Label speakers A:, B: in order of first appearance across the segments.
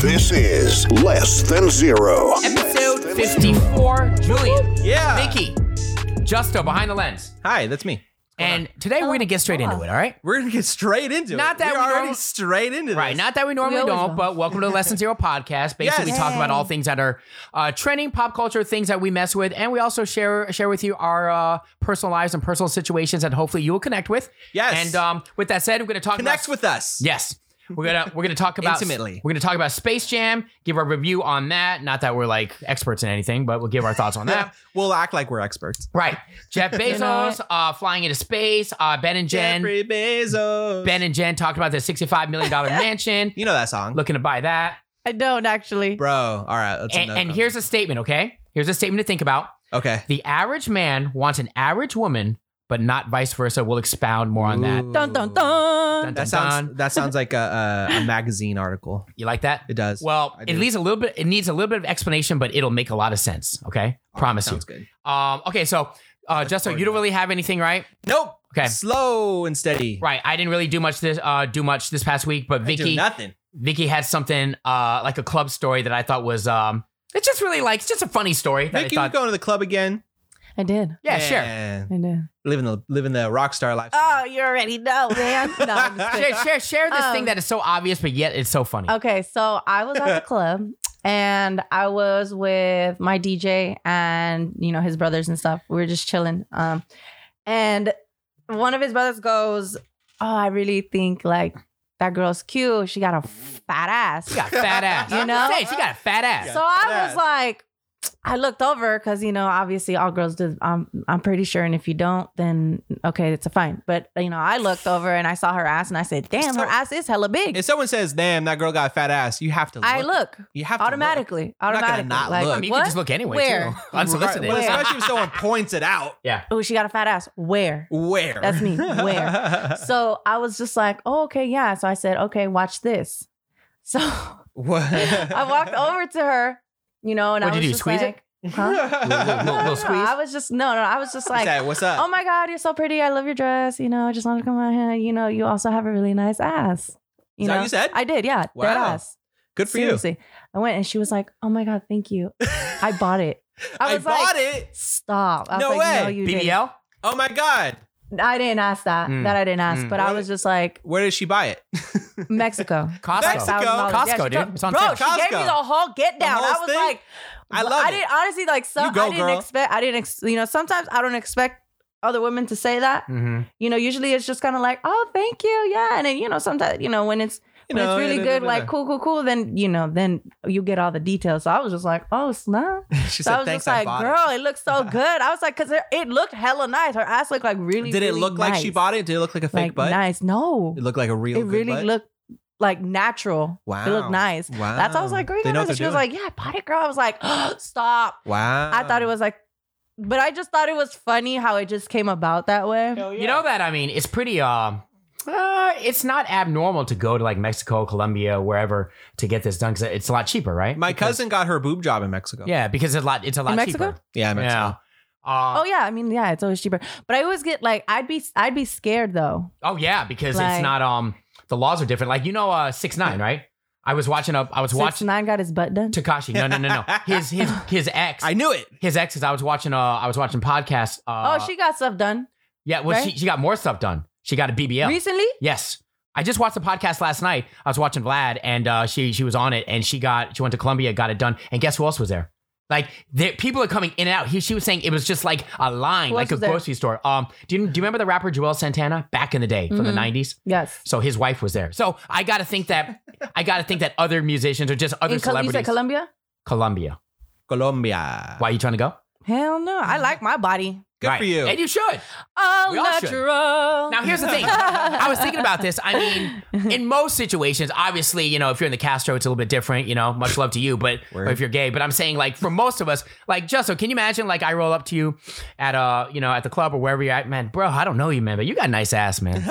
A: This is Less Than Zero.
B: Episode 54. Julian.
C: Yeah.
B: Vicky. Justo behind the lens.
C: Hi, that's me.
B: And today we're going to get straight
C: Oh.
B: into it, all right?
C: We're gonna get straight into
B: Not
C: it.
B: that
C: we're
B: we
C: already
B: don't-
C: straight into
B: Right.
C: this.
B: Not that we normally
D: We always
B: don't,
D: will.
B: but welcome to the Lesson Zero podcast. Basically,
C: Yes.
B: we talk about
D: Yay.
B: all things that are uh, trending, pop culture, things that we mess with, and we also share share with you our uh, personal lives and personal situations that hopefully you will connect with.
C: Yes.
B: And um, with that said, we're going to talk
C: connects
B: about,
C: with us.
B: Yes. We're gonna we're gonna talk about
C: Intimately.
B: We're gonna talk about Space Jam. Give our review on that. Not that we're like experts in anything, but we'll give our thoughts on that.
C: We'll act like we're experts.
B: Right. Jeff
D: know
B: Bezos
D: it.
B: uh, flying into space. Uh, ben and Jen.
C: Jeffrey Bezos.
B: Ben and Jen talked about their $65 million mansion,
C: You know that song.
B: looking to buy that.
D: I don't actually.
C: Bro, all right. That's
B: And,
C: enough
B: and
C: of-
B: here's a statement, okay? Here's a statement to think about.
C: Okay.
B: The average man wants an average woman, but not vice versa. We'll expound more on that.
C: Ooh.
D: Dun dun dun.
B: Dun, dun,
C: That sounds
B: dun.
C: that sounds like a, a, a magazine article.
B: You like that?
C: It does.
B: Well,
C: I
B: it
C: do.
B: leaves a little bit. It needs a little bit of explanation, but it'll make a lot of sense. Okay, promise you.
C: Oh, sounds good.
B: Um, okay, so uh, Justin,
C: forward
B: you
C: to
B: don't
C: that.
B: really have anything, right?
C: Nope.
B: Okay.
C: Slow and steady.
B: Right. I didn't really do much this uh, do much this past week, but
C: I do
B: Vicky,
C: nothing.
B: Vicky had something uh, like a club story that I thought was um, it's just really like it's just a funny story. That
C: Vicky,
B: I
C: you
B: thought,
C: going to the club again?
D: I did.
B: yeah, sure.
C: Man,
D: I did.
C: Living the living the rock star life.
D: Oh, you already know, man. No, I'm just kidding.
B: Share, share, share this
D: Um,
B: thing that is so obvious, but yet it's so funny.
D: okay, so I was at the club and I was with my DJ and you know his brothers and stuff. We were just chilling. Um, and one of his brothers goes, "Oh, I really think like that girl's cute. She got a fat ass."
B: She got a fat ass.
D: You know?
B: Say, she got a fat ass.
C: Yeah.
D: So I
C: Yeah.
D: was like, I looked over because you know, obviously all girls do. I'm I'm pretty sure, and if you don't, then okay, it's a fine. But you know, I looked over and I saw her ass, and I said, "Damn,
C: So-
D: her ass is hella big."
C: If someone says, "Damn, that girl got a fat ass," you have to. Look.
D: I look
C: You have to look.
D: automatically,
C: not gonna
D: automatically.
C: not
D: like,
C: look.
B: I mean, you
D: what?
B: can just look anyway
D: Where?
B: too, unsolicited.
C: Right. Well,
D: Where?
C: especially if someone points it out.
B: Yeah.
D: Oh, she got a fat ass. Where?
C: Where?
D: That's me.
C: Uh-uh.
D: Where? So I was just like, "Oh, okay, yeah." So I said, "Okay, watch this." So I
C: what? I
D: walked over to her, you know, and
B: What
D: I
B: did
D: was
B: you do,
D: just
B: squeeze it?
D: like, Huh?
B: Little-
D: No,
B: little
D: no, no,
B: squeeze?
D: I was just no, no. I was just like,
C: Say, what's up?
D: oh my god you're so pretty i love your dress you know i just wanted to come out here you know you also have a really nice ass you
C: Is that
D: know
C: what you said?
D: i did yeah
C: Wow.
D: dead ass
C: Good for
D: seriously i went and she was like oh my god thank you
C: you.
D: i bought it
C: I
D: i was like
C: bought it.
D: stop I was
C: No
D: like,
C: way.
D: no, you
B: BBL?
C: Oh my god.
D: didn't. i didn't ask that
B: Mm.
D: that i didn't ask
B: Mm.
D: but i
C: What?
D: was just like
C: Where did she buy it?
D: mexico
B: Costco.
C: Mexico.
D: $1,000.
B: Costco,
D: Yeah, she
B: dude.
D: got-
B: It's on
D: bro,
B: sale.
D: she gave me
C: Costco.
D: the whole get
C: The
D: down.
C: whole
D: I was
C: thing?
D: like,
C: I
D: wha-
C: love
D: I
C: it.
D: didn't honestly like
C: You
D: some.
C: go,
D: I didn't
C: girl.
D: expect. I didn't. Ex- you know, sometimes I don't expect other women to say that.
B: Mhm.
D: You know, usually it's just kind of like, oh, thank you, yeah, and then you know, sometimes you know when it's
C: You
D: when
C: know,
D: it's really
C: da, da, da,
D: good,
C: da,
D: like
C: da.
D: cool, cool, cool, then you know, then you get all the details. So I was just like, oh, snap.
C: She
D: So I
C: said,
D: was
C: "Thanks,
D: just
C: I
D: like,
C: bought
D: girl, it. looks so good. I was like, cause it, it looked hella nice. Her ass looked like
C: it."
D: really.
C: Did it
D: really
C: look like she
D: nice.
C: bought it? Did it look like a fake
D: like
C: butt?
D: nice? No,
C: It looked like a real.
D: it
C: good
D: really
C: butt?
D: looked like natural.
C: Wow.
D: It looked nice.
C: Wow.
D: That's why I was like, great.
C: Oh. They know what
D: She was
C: they're doing. Oh.
D: like, yeah, I bought it, girl. I was like, stop.
C: Wow.
D: I thought it was like, but I just thought it was funny how it just came about that way.
B: You know that I mean, it's pretty. Uh, uh, it's not abnormal to go to like Mexico, Colombia, wherever to get this done because it's a lot cheaper, right?
C: My
B: Because-
C: cousin got her boob job in Mexico.
B: Yeah, because it's a lot. It's a lot
D: Mexico?
B: cheaper.
C: Yeah, Mexico.
B: Yeah. Uh,
D: Oh yeah, I mean yeah, it's always cheaper. But I always get like I'd be I'd be scared though.
B: Oh yeah, because it's
D: Like-
B: not. Um, the laws are different. Like you know, uh, six nine, right? I was watching up. I was
D: Six
B: watching
D: nine got his butt done.
B: Takashi. No, no, no, no. His his his ex.
C: I knew it.
B: his ex is. I was watching. Uh, I was watching podcasts. Uh,
D: oh, she got stuff done
B: Yeah, well,
D: right?
B: she she got more stuff done. She got a BBL.
D: recently.
B: Yes. I just watched the podcast last night. I was watching Vlad and uh, she she was on it and she got she went to Columbia, got it done. And guess who else was there? Like there, people are coming in and out. He, she was saying it was just like a line,
D: Who
B: like
D: else
B: a
D: was there?
B: grocery store. Um, do you, do you remember the rapper Joel Santana back in the day from the
D: Mhm.
B: nineties?
D: Yes.
B: So his wife was there. So I gotta think that I gotta think that other musicians or just other
D: In Col- you
B: celebrities.
D: said Colombia?
B: Columbia.
C: Colombia.
B: Why are you trying to go?
D: Hell no. I
C: Mm-hmm.
D: like my body.
C: Good
B: Right.
C: for you.
B: And you should.
D: All
B: We all should.
D: natural.
B: Now here's the thing. I was thinking about this. I mean, in most situations, obviously, you know, if you're in the Castro, it's a little bit different, you know, much love to you, but or
C: Word.
B: if you're gay, but I'm saying like for most of us, like Justo, can you imagine like I roll up to you at uh, you know, at the club or wherever you're at, man, bro, I don't know you, man, but you got a nice ass, man.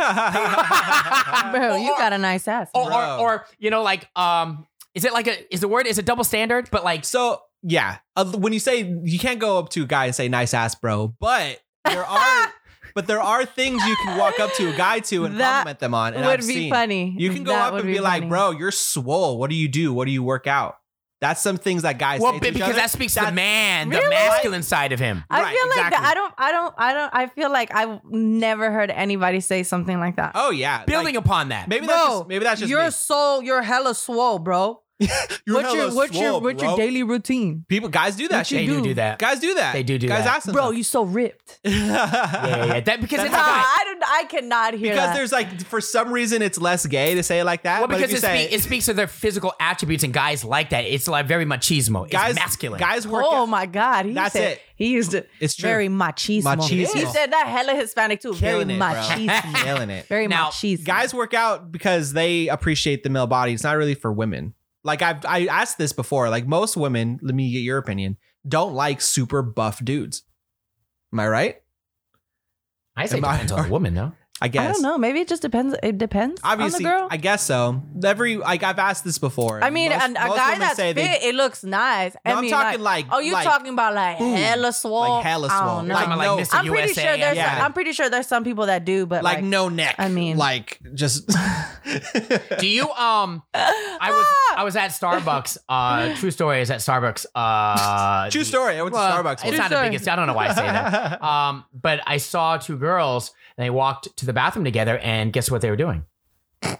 D: Bro, you
B: Or-
D: got a nice ass.
B: Or, or
C: Bro.
B: or you know, like um is it like a is the word is it double standard? But like
C: so yeah, uh, when you say you can't go up to a guy and say nice ass, bro, but there are But there are things you can walk up to a guy to and
D: That
C: compliment them on. And I've
D: would be
C: seen.
D: funny.
C: You can go
D: That
C: up
D: would
C: and be, like,
D: funny.
C: bro, you're swole. What do you do? What do you work out? That's some things that guys
B: Well,
C: say.
B: b-
C: to each
B: because
C: other.
B: that speaks to the
C: That's-
B: man, the
D: Really?
B: masculine side of him.
D: I
C: Right,
D: feel like
C: exactly.
D: that. I don't. I don't. I don't. I feel like I've never heard anybody say something like that.
C: Oh yeah.
B: Building
C: like,
B: upon that.
C: maybe
D: bro,
C: that's just maybe that's just
D: your
C: me.
D: soul. You're hella swole, bro.
C: You're
D: what's your
C: hella
D: what's your
C: swole,
D: what's your
C: bro.
D: daily routine,
C: People guys do that
D: What you
B: they
C: shit.
B: do
D: do.
B: do that.
C: Guys do that.
B: They do do
C: guys
B: that.
C: ask them
D: bro?
C: that.
D: You so ripped.
B: yeah, yeah, yeah. That, because it's a
D: Nah,
B: guy.
D: I don't. I cannot hear
C: Because
D: that.
C: there's like for some reason it's less gay to say it like that.
B: Well,
C: but if
B: because
C: you
B: it,
C: say
B: spe- it speaks to their physical attributes, and guys like that. It's like very machismo. It's
C: guys
B: masculine.
C: Guys work.
D: Oh
C: out-
D: my God! He
C: That's
D: said,
C: it.
D: He used it.
C: It's true.
D: Very machismo.
C: Machismo.
D: He said that hella Hispanic too.
C: Killing
D: very
C: it, bro.
D: machismo.
C: Killing it.
D: very
B: Now,
D: machismo.
C: Guys work out because they appreciate the male body. It's not really for women. Like I've I asked this before. Like most women, let me get your opinion. Don't like super buff dudes. Am I right?
B: I say
C: Am I-
B: depends on the woman, though.
C: I guess.
D: I don't know. Maybe it just depends. It depends
C: Obviously,
D: on the girl.
C: I guess so. Every like I've asked this before.
D: I mean,
C: Most-
D: an- a
C: most
D: guy
C: women
D: that's
C: say
D: fit,
C: they-
D: it looks nice. I
C: No, I'm
D: mean,
C: talking like-
D: oh, you're
C: like-
D: talking about like
C: Boom.
D: hella swole,
C: Like hella
D: I don't
C: swole.
D: know.
B: Like,
C: Like,
B: I'm
C: no-
B: like Mr.
D: I'm pretty
B: USA.
D: sure there's.
C: yeah.
D: I'm pretty sure there's some people that do, but
C: like,
D: like,
C: no neck.
D: I mean-
C: like just
B: Do you um? I was
D: Ah!
B: I was at Starbucks. Uh, true story is at Starbucks. Uh,
C: true story. I went
B: well,
C: to Starbucks.
B: It's
C: once.
B: not the
D: story.
B: biggest. I don't know why I say that. Um, but I saw two girls and they walked to the bathroom together, and guess what they were doing?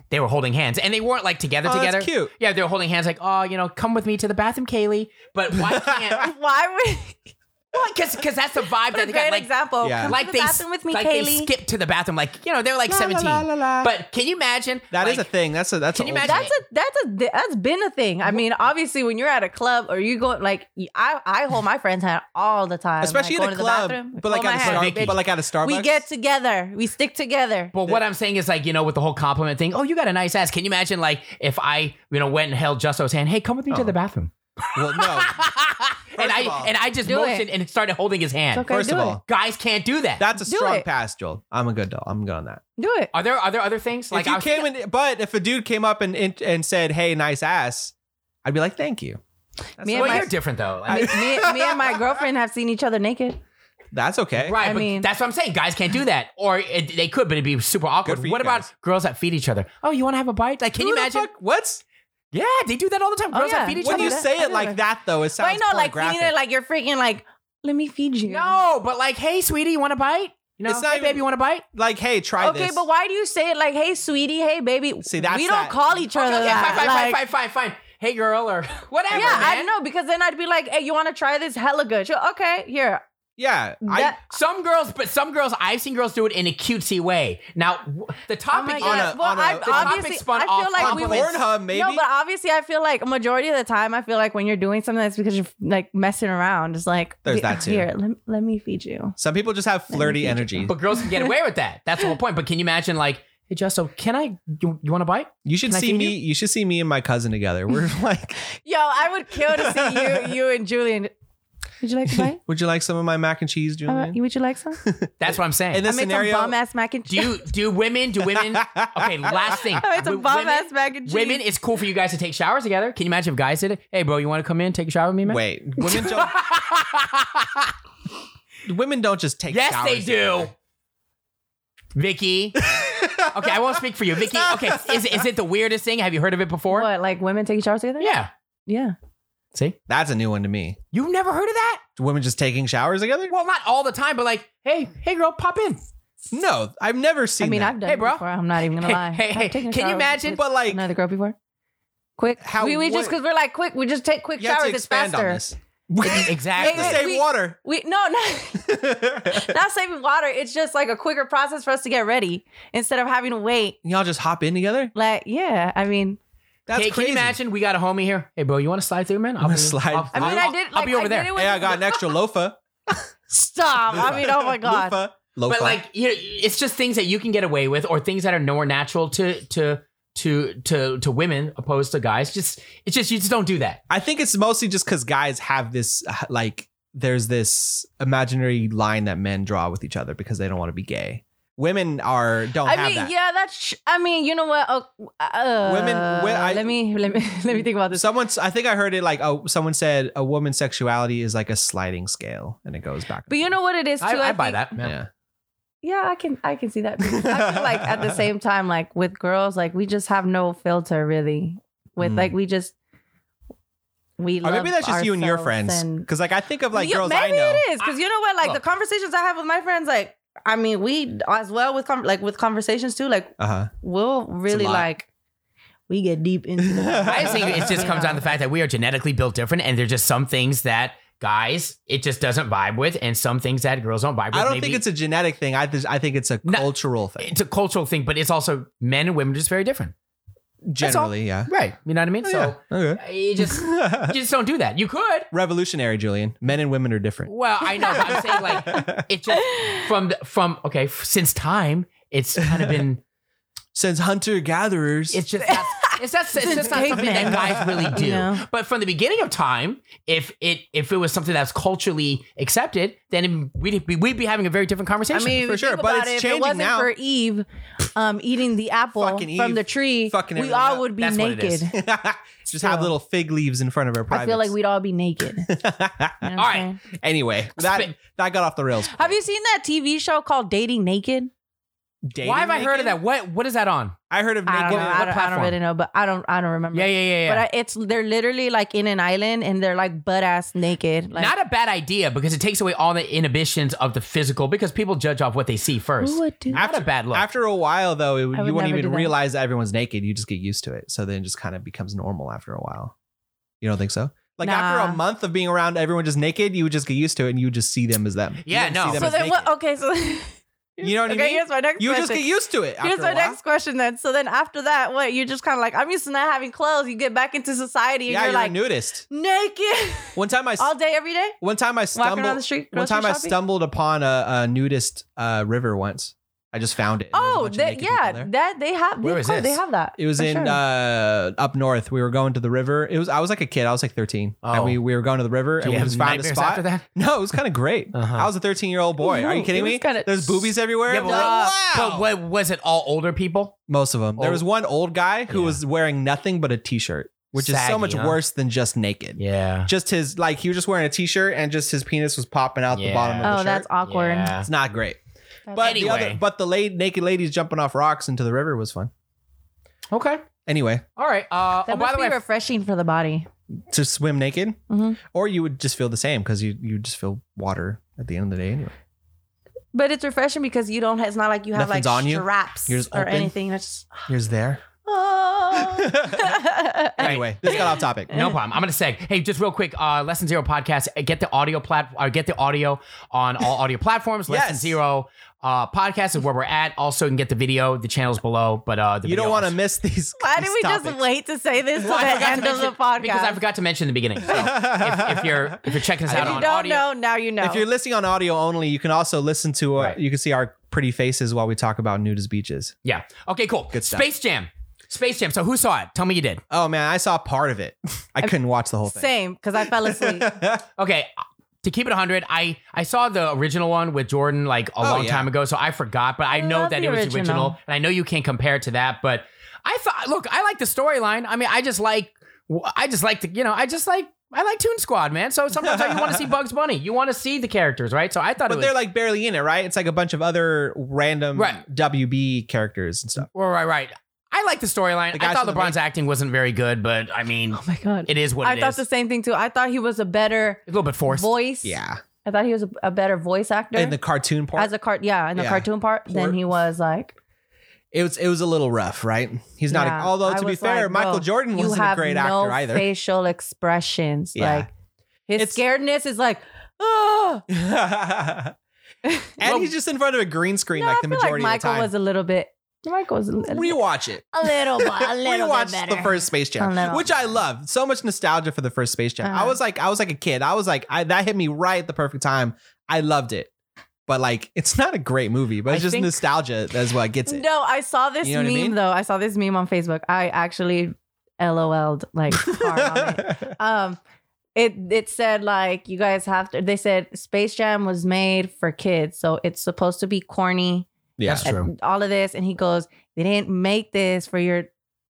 B: They were holding hands, and they weren't like together.
C: Oh,
B: together,
C: that's cute.
B: Yeah, they were holding hands, like, oh, you know, come with me to the bathroom, Kaylee. But why can't?
D: why would?
B: Because because that's the vibe
D: What
B: that
D: a
B: they got.
D: great
B: Like,
D: example.
C: Yeah.
D: Come
B: like
D: to the
B: they
D: bathroom with me,
B: like they
D: Kaylee.
B: skipped to the bathroom. Like you know, they were like
C: La, la, la,
B: seventeen.
C: la, la.
B: But can you imagine?
C: That is
B: like,
C: a thing. That's a that's.
B: Can
C: an
B: you
C: old
B: imagine?
D: That's a that's a that's been a thing. I mean, obviously, when you're at a club or you go like I I hold my friend's hand all the time,
C: especially
D: like,
C: in a
D: going
C: club,
D: to the bathroom,
C: but like
D: hold
C: at a
D: my hand,
C: Starbucks,
B: bitch.
C: but like at a Starbucks.
D: we get together, we stick together.
B: But what I'm saying is like, you know, with the whole compliment thing, oh, you got a nice ass. Can you imagine like if I, you know, went and held Justo's hand, hey, come with me
C: Oh.
B: to the bathroom.
C: well, no.
B: and
C: of
B: I
C: all,
B: and I just
D: do
B: motioned
D: it.
B: and started holding his hand.
D: It's okay,
C: First
D: do
C: of
D: it.
C: all,
B: Guys can't do that.
C: that's a
D: Do
C: strong
D: it.
C: pass, Joel. I'm a good dog. I'm good on that.
D: do it.
B: are there are there other things?
C: Like
B: Like
C: if you
B: I was-
C: came in, but if a dude came up and and, and said, "Hey, nice ass," I'd be like, "Thank you." That's,
D: Me
B: well,
D: and my-
B: you're different though. I
D: me,
B: mean,
D: me, me and my girlfriend have seen each other naked.
C: that's okay.
B: right.
D: I
B: but
D: mean-
B: that's what I'm saying. Guys can't do that. Or it, they could, but it'd be super awkward.
C: for you
B: what about
C: guys.
B: girls that feed each other? Oh, you want to have a bite? Like, can
C: Who
B: you
C: the
B: imagine?
C: fuck- What's
B: Yeah, they do that all the time.
D: Oh,
B: Girls
D: yeah.
B: that feed each
D: What
C: when
B: other.
D: do
C: you
D: that.
C: say
D: I
C: it
D: do
C: like
D: that.
C: that though? It
D: But
C: sounds
D: you know, like
C: pornographic.
D: feeding it, like you're freaking like, let me feed you.
B: no, but like, hey, sweetie, you want a bite? You know,
C: It's not
B: hey,
C: even-
B: baby, you want a bite?
C: Like, hey, try
D: Okay,
C: this.
D: but why do you say it like, hey, sweetie, hey, baby?
C: See, that's
D: we don't
C: that-
D: call each other
B: Okay,
D: that.
B: fine, fine,
D: Uh, like,
B: fine, fine, fine, fine. Hey, girl, or whatever.
D: Yeah,
B: man.
D: I know because then I'd be like, hey, you want to try this hella good? She'll, okay, here.
C: Yeah,
D: That-
B: Some girls, but some girls, I've seen girls do it in a cutesy way. Now, w- the
D: Oh
B: topic
D: my
B: is
D: God.
C: a-
D: well,
C: on a-
D: I've
C: the
B: topic
D: obviously,
B: spun
D: I feel
B: off
D: like
C: on
D: we
B: compliments.
D: would.
C: Pornhub, maybe.
D: No, but obviously, I feel like majority of the time, I feel like when you're doing something that's because you're like messing around, it's like
C: There's
D: "Here,
C: that too.
D: Here, let, let me feed you.
C: Some people just have flirty energy.
B: but girls can get away with that. That's the whole point. But can you imagine, like, hey, Justo, can I? You, you want a bite?
C: You should
B: Can I
C: see
B: feed
C: me.
B: you?
C: You? should see me and my cousin together. We're like,
D: Yo, I would kill to see you, you and Julian. Would you like a bite?
C: would you like some of my mac and cheese,
D: All
C: Julian?
D: right, would Uh, you like some?
B: That's what I'm saying.
C: In
D: I
C: this
D: made
C: scenario,
D: some bomb ass mac and
B: do
D: cheese.
B: you do women? Do women? Okay, last thing.
D: I made
B: Wi-
D: some bomb
B: women-
D: ass mac and cheese.
B: Women, it's cool for you guys to take showers together. Can you imagine if guys did it? Hey, bro, you want to come in, take a shower with me, man?
C: wait, women don't. women don't just take.
B: Yes,
C: showers
B: they do.
C: together.
B: Vicky. okay, I won't speak for you. Vicky, okay, is, is it the weirdest thing? Have you heard of it before?
D: what like women taking showers together?
B: Yeah.
D: yeah.
B: See?
C: That's a new one to me.
B: You've never heard of that?
C: Women just taking showers together?
B: Well, not all the time, but like, hey, hey, girl, pop in.
C: No, I've never
D: I
C: seen.
D: mean,
C: that.
D: I've done
B: Hey,
D: it
B: bro.
D: before. I'm not even gonna
B: Hey,
D: lie.
B: hey,
D: I've
B: hey,
D: taken
B: can you
D: showers
B: imagine?
D: with
C: but like,
D: another girl before? Quick,
C: How-
D: we, we just
C: what-
D: because we're like quick. We just take quick
C: you have
D: showers.
C: to
D: It's
C: expand on
D: faster.
C: this.
B: exactly.
C: To
D: Wait,
C: save
D: we-
C: water.
D: We no, not, not saving water. It's just like a quicker process for us to get ready instead of having to wait.
C: Y'all just hop in together.
D: Like, yeah, I mean,
C: That's
B: Hey, can
C: crazy.
B: you imagine? We got a homie here. Hey, bro, you want to slide through, man? I'll
C: gonna
B: be-
C: slide
B: I'll-
D: I mean,
B: I'll-
D: I did. Like,
B: I'll be over
D: I
B: there.
D: Did it with,
C: Hey, I got an extra loafa.
D: Stop. I mean, oh my god.
C: Loafa. Loafa.
B: but like you know, it's just things that you can get away with or things that are more natural to to to to to women opposed to guys just it's just you just don't do that
C: I think it's mostly just because guys have this uh, like there's this imaginary line that men draw with each other because they don't want to be gay. Women are don't
D: I
C: have
D: mean,
C: that.
D: yeah, that's. sh- I mean, you know what? Oh, uh,
C: Women- when I-
D: let me let me let me think about this.
C: Someone, I think I heard it like oh, someone said a woman's sexuality is like a sliding scale and it goes back. and
D: But you
C: forth.
D: know what it is too.
B: i, I buy
D: think-
B: that
C: yeah.
B: yeah.
D: yeah, I can I can see that. I feel like at the same time, like with girls, like we just have no filter really. With
C: Mm.
D: like we just we
C: Or maybe
D: love
C: that's just you and your
D: ourselves
C: friends.
D: and-
C: Because like I think of like
D: You-
C: girls
D: maybe
C: I know.
D: it is because you know what? Like the
B: Look.
D: conversations I have with my friends, like I mean, we as well with com- like with conversations too. Like
C: Uh huh.
D: we'll really
C: lot.
D: like we get deep into. The
B: I just think it just comes down to the fact that we are genetically built different, and there's just some things that guys it just doesn't vibe with, and some things that girls don't vibe with.
C: I don't
B: Maybe
C: think it's a genetic thing. I th- I think it's a
B: No.
C: cultural thing.
B: it's a cultural thing, but it's also men and women are just very different, all.
C: Generally, yeah.
B: right? You know what I
D: Oh,
B: mean? so
C: Oh, yeah.
B: you just you
C: Okay.
B: just don't do that. You could.
C: Revolutionary, Julian. Men and women are different.
B: Well, I know. but I'm saying like it's just from the, from okay f- since time. It's kind of been.
C: Since hunter gatherers,
B: It's just that's, it's that's it's just not something that
D: caveman.
B: guys really do.
D: You know?
B: But from the beginning of time, if it if it was something that's culturally accepted, then we'd be, we'd be having a very different
D: I
B: conversation.
D: mean,
C: For
D: if you
C: sure,
D: think
C: but
D: about
C: it's
D: it, if
C: changing
D: it wasn't
C: now.
D: for Eve um, eating the apple
C: Fucking
D: from
C: Eve
D: the tree,
C: fucking
D: we
C: everything
D: all
C: up.
D: would be
B: That's what it is.
D: naked.
C: just have little fig leaves in front of our privates.
D: I feel like we'd all be naked. You know what I'm
B: All right.
D: saying?
C: Anyway, that
B: Spit.
C: that got off the rails.
D: Have you seen that TV show called Dating Naked?
C: Dating
B: Why have I heard of
C: naked?
B: that? What what is that on?
C: I heard of
D: I
C: naked.
D: don't know. I don't, I don't
B: platform?
D: really know, but I don't. I don't remember.
B: Yeah, yeah, yeah, yeah.
D: But I, it's they're literally like in an island and they're like butt ass naked. Like,
B: Not a bad idea because it takes away all the inhibitions of the physical because people judge off what they see first.
D: who would do?
B: Not a bad look.
C: After a while, though, it,
D: would
C: you wouldn't
D: never do
C: even
D: that.
C: realize that everyone's naked. You just get used to it. So then it just kind of becomes normal after a while. You don't think so? Like after
D: Nah.
C: a month of being around everyone just naked, you would just get used to it and you would just see them as them. You
B: Yeah,
C: don't
B: no.
C: see them
D: so
C: as
D: then what?
C: naked.
D: Okay, so
C: You know what
D: okay,
C: I mean?
D: here's my next.
C: You
D: question.
C: just get used to it.
D: Here's
C: after a
D: my
C: while.
D: next question then. So then after that, what? You're just kind of like, I'm used to not having clothes. You get back into society and
C: Yeah,
D: you're,
C: you're,
D: like
C: a nudist.
D: naked
C: One time I s-
D: all day, every day,
C: one time I
D: walking
C: stumbled
D: around the street.
C: one
D: grocery
C: time I
D: shopping?
C: stumbled upon a, a nudist uh, river once. I just found it. and there was a
D: Oh,
C: bunch of
D: that,
C: naked people
D: yeah,
C: there.
D: that they have.
B: Where
D: of
B: is
D: course They
B: this?
D: have that.
C: It was
D: for
C: in
D: sure.
C: uh, up north. We were going to the river. It was I was like a kid. I was like 13.
B: Oh.
C: And we, we were going to the river
B: Do
C: and
B: you
C: we
B: have
C: just found a
B: nightmares
C: spot.
B: after that?
C: No, it was kind of great.
B: Uh-huh.
C: I was a 13 year old boy. Are you
D: Ooh,
C: kidding
D: it was
C: me?
D: kinda-
C: There's boobies everywhere.
B: Yeah, but,
C: Wow.
B: what, but what was it? All older people?
C: Most of them. There
B: Oh.
C: was one old guy who
B: Yeah.
C: was wearing nothing but a t-shirt, which is
B: Saggy,
C: so much
B: huh?
C: worse than just naked.
B: Yeah.
C: Just his like he was just wearing a t-shirt and just his penis was popping out
B: Yeah.
C: the bottom of the
D: Oh,
C: shirt.
D: that's awkward.
B: Yeah.
C: it's not great.
D: That's
C: But
B: Anyway.
C: the other, but the la- naked ladies jumping off rocks into the river was fun.
B: Okay.
C: Anyway,
B: All right. Uh,
D: That
B: oh, by
D: must
B: the
D: be
B: way,
D: refreshing for the body.
C: to swim naked,
D: Mhm.
C: or you would just feel the same because you you just feel water at the end of the day anyway.
D: But it's refreshing because you don't. It's not like you have
C: Nothing's
D: like
C: on you.
D: straps
C: You're just
D: or
C: open.
D: anything. That's
C: Here's there.
D: oh.
C: anyway, this got off topic.
B: no problem. I'm gonna say, hey, just real quick, uh, Lesson Zero podcast. uh, Get the audio plat, uh, get the audio on all audio platforms. Lesson
C: Yes.
B: Zero uh, podcast is where we're at. Also, you can get the video. The channel's below, but uh, the
C: You
B: video
C: don't want to
B: also-
C: miss these.
D: Why
C: these
D: did we
C: topics.
D: just wait to say this
B: Well, I
D: to the
B: forgot to
D: end of the
B: mention-
D: podcast?
B: because I forgot to mention in the beginning. So if, if you're if you're checking us out
D: If you
B: on
D: don't
B: audio,
D: know, now you know.
C: If you're listening on audio only, you can also listen to. Uh,
B: Right.
C: You can see our pretty faces while we talk about nudist beaches.
B: yeah, okay, cool.
C: Good stuff.
B: Space Jam, Space Jam. So who saw it? Tell me you did.
C: Oh man, I saw part of it. I couldn't watch the whole thing.
D: Same, because I fell asleep.
C: Oh
B: Okay. To keep it 100, I, I saw the original one with Jordan like a
C: Oh,
B: long
C: yeah.
B: time ago, so I forgot, but I, know
D: love
B: that
D: the
B: it was
D: original.
B: original. and I know you can't compare it to that, but I thought, look, I like the storyline. I mean, I just like, I just like the, you know, I just like, I like Toon Squad, man. So sometimes like, you want to see Bugs Bunny, you want to see the characters, right? So I thought
C: But
B: it
C: they're
B: was
C: like barely in it, right? It's like a bunch of other random
B: Right.
C: WB characters and stuff.
B: well, right, right. I like the storyline.
C: The
B: I
C: guys
B: thought
C: from the
B: LeBron's acting wasn't very good, but I mean,
D: oh my god!
B: it is what
D: I
B: it
D: thought
B: is.
D: the same thing too. I thought he was a better
B: a little bit forced.
D: voice.
C: Yeah,
D: I thought he was a, a better voice actor
C: and the cartoon part.
D: as a cart. Yeah, in the
C: Yeah.
D: cartoon part,
C: Port.
D: than he was like.
C: it was it was a little rough, right? He's not.
D: Yeah,
C: although
D: I
C: to be
D: was
C: fair,
D: like,
C: Michael
D: bro,
C: Jordan
D: you
C: wasn't a
D: have
C: great
D: no
C: actor either.
D: facial expressions.
C: Yeah.
D: Like his
C: It's-
D: scaredness is like, oh.
C: and he's just in front of a green screen
D: No,
C: like
D: I
C: the
D: feel
C: majority
D: like Michael
C: of
D: was
C: the
D: a little bit. Michael was a
C: time.
D: little,
C: Rewatch it.
D: a little, bit- a little bit
C: Rewatch
D: better.
C: the first Space
D: A
C: Jam,
D: little.
C: which I love. So much nostalgia for the first Space Jam. I
D: Uh-huh.
C: was like, I was like a kid. I was like, I, that hit me right at the perfect time. I loved it, but like, it's not a great movie. But
B: I
C: it's just
B: think-
C: nostalgia that's what gets it.
D: No, I saw this
C: You know what
D: meme
C: I mean?
D: though. I saw this meme on Facebook. I actually LOL'd like hard on it. Um, it it said like you guys have to. They said Space Jam was made for kids, so it's supposed to be corny.
C: yeah,
B: That's true.
D: and All of this, and he goes, they didn't make this for your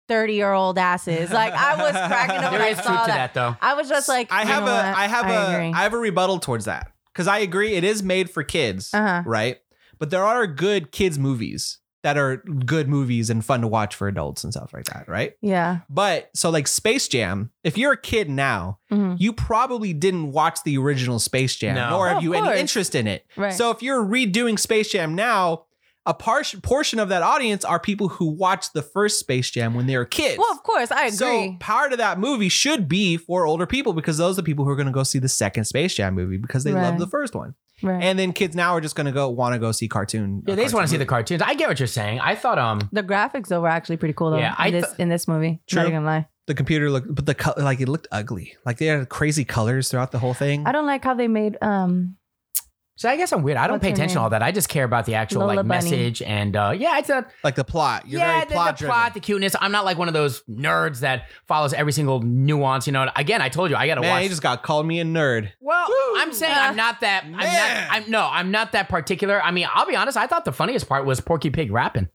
D: thirty year old asses. Like I was cracking up
B: There
D: when I
B: is truth to
D: saw
B: that,
D: that.
B: though.
D: I was just like,
C: I
D: you
C: have a,
D: know what?
C: I have a,
D: agree.
C: I have a rebuttal towards that because I agree it is made for kids,
D: Uh-huh.
C: right? But there are good kids movies that are good movies and fun to watch for adults and stuff like that, right?
D: Yeah.
C: But so like Space Jam, if you're a kid now,
D: Mhm.
C: you probably didn't watch the original Space Jam,
B: No.
C: nor
D: Oh,
C: have
D: of
C: you
D: course.
C: any interest in it.
D: Right.
C: So if you're redoing Space Jam now, a par- portion of that audience are people who watched the first Space Jam when they were kids.
D: well, of course, I agree.
C: So part of that movie should be for older people because those are the people who are going to go see the second Space Jam movie because they love
D: Right.
C: the first one.
D: right.
C: And then kids now are just going to go want to go see cartoon. uh,
B: Yeah, they just want to see the
C: cartoon
B: cartoons. I get what you're saying. I thought um
D: the graphics though were actually pretty cool though.
B: Yeah, I
D: in this
B: thought-
D: in this movie.
C: True.
D: Not even gonna lie.
C: movie. the computer looked, but the co- like it looked ugly. Like they had crazy colors throughout the whole thing.
D: I don't like how they made um
B: so I guess I'm weird. I don't
D: What's
B: pay
D: her
B: attention
D: name?
B: to all that. I just care about the actual
D: Lola
B: like
D: Bunny.
B: message and uh yeah, I thought
C: like the plot. You're
B: yeah,
C: very
B: the,
C: plot
B: the
C: driven.
B: plot, the cuteness. I'm not like one of those nerds that follows every single nuance, you know. Again, I told you I gotta
C: Man,
B: watch
C: you just got called me a nerd.
B: Well,
D: Woo.
B: I'm saying
D: Yeah.
B: I'm not that. I'm
C: Man.
B: not. I'm no. I'm not that particular. I mean, I'll be honest. I thought the funniest part was Porky Pig rapping.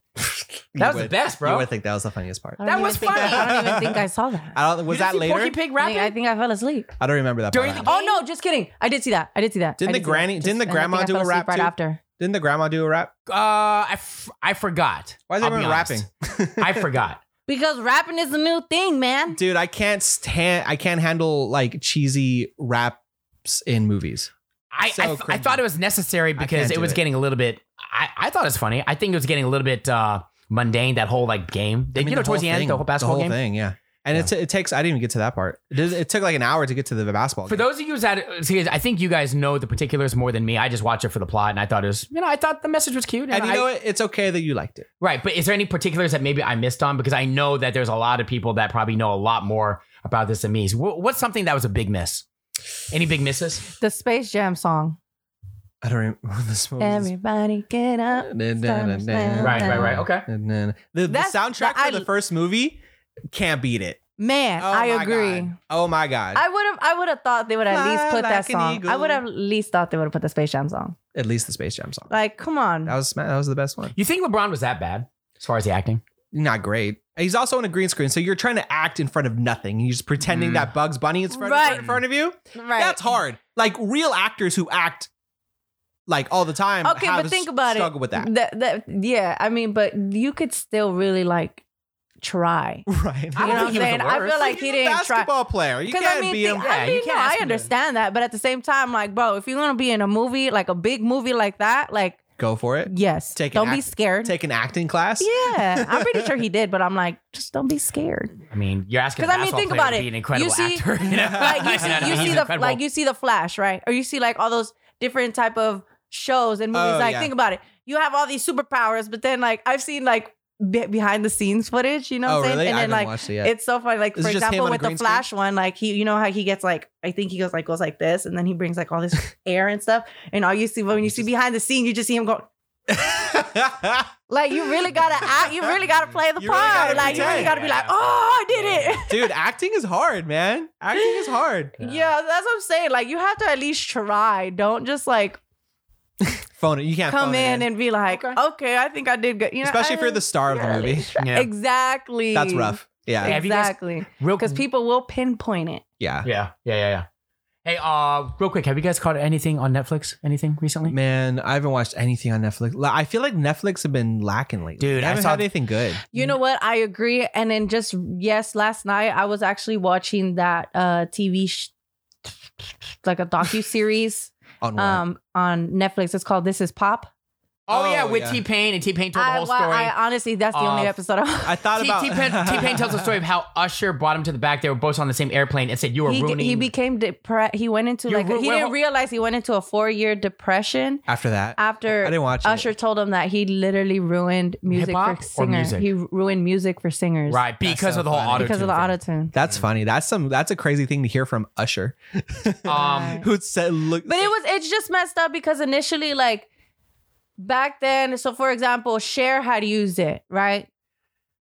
B: That was the best,
C: You
B: bro.
C: would think that was the funniest part.
D: I don't
B: That
D: even
B: was
D: think-
B: funny.
D: I don't even think I saw that. I,
C: I don't. Was
B: You didn't
C: that
B: see
C: later?
B: Porky Pig rapping.
D: think, I think I fell asleep.
C: I don't remember that.
B: During
C: part.
B: the-
D: Oh no, just kidding. I did see that. I did see that.
C: Didn't
D: I
C: the
D: did see
C: granny-
D: that.
C: didn't the
D: and I
C: grandma
D: think
C: do
D: I
C: a
D: fell asleep
C: rap
D: right
C: too?
D: after?
C: Didn't the grandma do a rap?
B: uh, I, f- I forgot.
C: Why is
B: I'll be
C: everyone
B: honest.
C: rapping?
B: I forgot.
D: Because rapping is the new thing, man.
C: Dude, I can't stand. I can't handle like cheesy raps in movies.
B: I
C: So
B: I, f- I
C: cringy.
B: thought it was necessary
C: I
B: because
C: can't
B: it
C: do
B: was
C: it.
B: getting a little bit. I, I thought it was funny. I think it was getting a little bit uh, mundane. That whole like game.
C: I mean,
B: you know, towards
C: whole
B: the end,
C: thing-
B: the whole basketball
C: whole
B: game.
C: thing, yeah. And it, t- it takes. I didn't even get to that part. It, does- it took like an hour to get to the basketball.
B: For
C: game.
B: those of you that, see, I think you guys know the particulars more than me. I just watch it for the plot, and I thought it was, you know, I thought the message was cute.
C: and you
B: I-
C: know what? It's okay that you liked it.
B: Right, but is there any particulars that maybe I missed on? Because I know that there's a lot of people that probably know a lot more about this than me. So wh- What's something that was a big miss? Any big misses?
D: The Space Jam song.
C: I don't remember Oh, this movie.
D: Everybody get up.
B: Right, right, right. Okay.
C: The, the
D: That's-
C: soundtrack
D: I-
C: for the first movie can't beat it.
D: Man,
C: Oh
D: I
C: my
D: agree.
C: God. Oh my god!
D: I would have I would have thought they would at
C: Fly
D: least put that
C: like an
D: song.
C: eagle.
D: I would have at least thought they would have put the Space Jam song.
C: At least the Space Jam song.
D: Like, come on.
C: That was that was the best one.
B: You think LeBron was that bad as far as the acting?
C: Not great. He's also on a green screen, so you're trying to act in front of nothing. You're just pretending
B: Mm.
C: that Bugs Bunny is front-
D: Right.
C: in front of you.
D: right.
C: That's hard. Like real actors who act like all the time.
D: Okay,
C: have
D: but think about
C: struggle
D: it.
C: with that.
D: That, that, yeah, I mean, but you could still really like try.
C: Right.
B: I
D: You
B: don't
D: know
B: think he was the
D: what I'm saying? I feel
B: worst.
D: like he
C: He's a
D: didn't try.
C: basketball player. You
D: Because
C: can't
D: I mean,
C: be
D: thi-
C: him.
B: Yeah,
D: I
B: you
D: mean,
B: can't
D: no,
B: ask
D: I
B: him to-
D: understand that, but at the same time, like, bro, if you're gonna be in a movie, like a big movie like that, like,
C: Go for it.
D: yes,
C: Take an
D: don't be
C: act-
D: scared.
C: Take an acting class.
D: yeah, I'm pretty sure he did, but I'm like, just don't be scared.
B: I mean, you're asking a
D: 'Cause I mean,
B: basketball
D: think
B: player
D: about
B: to
D: it.
B: be an incredible
D: You see-
B: actor. You know?
D: like you see,
B: know what I
D: you
B: mean?
D: see
B: He's
D: the
B: incredible.
D: like you see the Flash, right? Or you see like all those different type of shows and movies.
C: Oh,
D: like
C: yeah.
D: think about it, you have all these superpowers, but then like I've seen like be- behind the scenes footage, you know
C: oh
D: what I'm saying?
C: really?
D: And
C: I
D: then
C: haven't
D: like
C: watched it yet.
D: it's so funny. Like
C: Is
D: for
C: it just him
D: example
C: on a
D: with the
C: green
D: Flash one, like he, you know how he gets like I think he goes like goes like this, and then he brings like all this air and stuff, and all you see when you see behind the scene, you just see him go. Like you really gotta act, you really gotta play the
C: You really
D: part.
C: gotta
D: like you really
C: pretend.
D: gotta be like,
B: Yeah.
D: oh, I did it.
C: Dude, acting is hard, man. Acting is hard.
B: Yeah.
D: Yeah, that's what I'm saying. Like you have to at least try. Don't just like
C: Phone it. You can't
D: come
C: phone it
D: in and be like,
B: Okay.
D: okay, I think I did good. You know,
C: especially if
D: I-
C: you're the star of the
D: really
C: movie.
B: Yeah.
D: Exactly.
C: That's rough. Yeah.
B: Have you guys-
D: Exactly.
B: real
D: Because people will pinpoint it.
C: Yeah.
B: Yeah, yeah, yeah, yeah. Hey, uh, real quick, have you guys caught anything on Netflix? Anything recently?
C: Man, I haven't watched anything on Netflix. Like, I feel like Netflix have been lacking lately.
B: Dude,
C: I
B: I
C: haven't
B: saw-
C: had anything good.
D: You know what? I agree. And then just yes, last night I was actually watching that uh TV sh- like a docu series
C: On what?
D: um on Netflix. It's called This Is Pop.
B: Oh, yeah,
C: Oh,
B: with
C: yeah.
B: T Pain, and T Pain told the
D: I,
B: whole
D: wa-
B: story.
D: I honestly that's the
B: of-
D: only episode I
C: I thought
B: T-
C: about
B: T-Pain, T-Pain tells the story of how Usher brought him to the back. They were both on the same airplane and said, "You were
D: he,
B: ruining."
D: he became depressed. He went into
B: You're
D: like
B: ru-
D: he
B: well-
D: didn't realize he went into a four year depression
C: after that.
B: Uh,
C: I
D: after
C: didn't watch it.
D: Usher told him that he literally ruined music
B: Hip-hop or
D: for singers.
B: music?
D: He ruined music for singers,
B: right because
C: so
B: of the whole
C: funny.
B: auto
D: Because of the auto tune.
C: That's funny. That's some. That's a crazy thing to hear from Usher,
B: Um,
C: who said, "Look."
D: But it was it's just messed up because initially like back then, so for example, Cher had used it, right?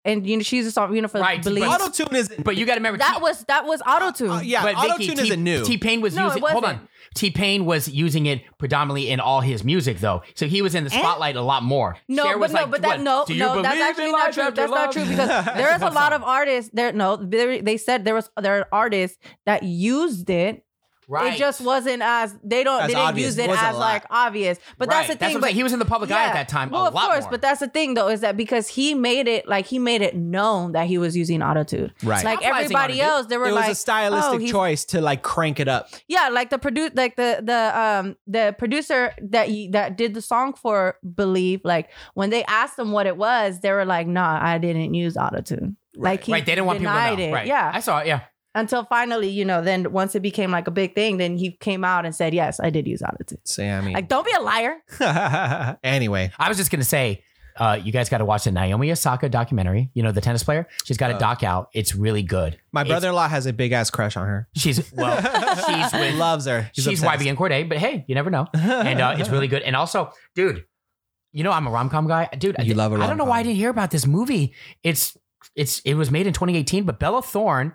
D: And you know she used a song, you know, for
B: Right, but
D: believe
C: auto tune is
B: but you got to remember
D: that was that was auto tune.
C: uh, yeah.
B: But
C: Auto
B: Vicky,
C: tune
B: T-
C: isn't new.
B: T Pain was
D: No, it
B: using. Hold
D: wasn't.
B: on. T Pain was using it predominantly in all his music, though, so he was in the spotlight a lot more.
D: Eh? No,
B: Cher
D: but
B: was
D: no,
B: like,
D: but that
B: what,
D: no,
B: do you
D: no, that's
B: believe in life
D: actually not true.
B: after
D: That's not
B: love?
D: true because there is a lot of artists. There, no, there, they said there was there are artists that used it
B: Right.
D: It just wasn't as they don't
C: As
D: they didn't
C: obvious.
D: use
C: It
D: it
C: wasn't
D: as
C: a lot.
D: like obvious. But that's the
B: Right.
D: thing.
B: what I'm
D: but-
B: saying. he was in the public eye
D: Yeah.
B: at that time.
D: Well,
B: a
D: of
B: lot
D: course,
B: more.
D: but that's the thing though, is that because he made it like he made it known that he was using autotune.
C: Right.
D: Like
B: Stop lighting
D: everybody
B: autotune.
D: else, they were
C: it was
D: like
C: a stylistic
D: "Oh, he's-
C: choice to like crank it up.
D: Yeah, like the produce, like the the um the producer that you, that did the song for Believe. Like when they asked him what it was, they were like, "Nah, I didn't use autotune." Like he
B: right. They didn't want people to
D: denied
B: know.
D: it.
B: Right.
D: Yeah,
B: I saw it. Yeah.
D: until finally, you know, then once it became like a big thing, then he came out and said, "Yes, I did use autotune."
C: Sammy.
D: Like, don't be a liar.
C: anyway,
B: I was just gonna say, uh, you guys got to watch the Naomi Osaka documentary. You know the tennis player. She's got a
C: Oh.
B: doc out. It's really good.
C: my
B: It's-
C: brother-in-law has a big ass crush on her.
B: She's well, she's with
C: loves her. He's
B: she's
C: obsessed.
B: YBN Corday, but hey, you never know. And uh, it's really good. And also, dude, you know I'm a rom com guy, dude.
C: You
B: I,
C: love a
B: I don't know why I
C: rom-com.
B: didn't hear about this movie. It's it's it was made in 2018, but Bella Thorne.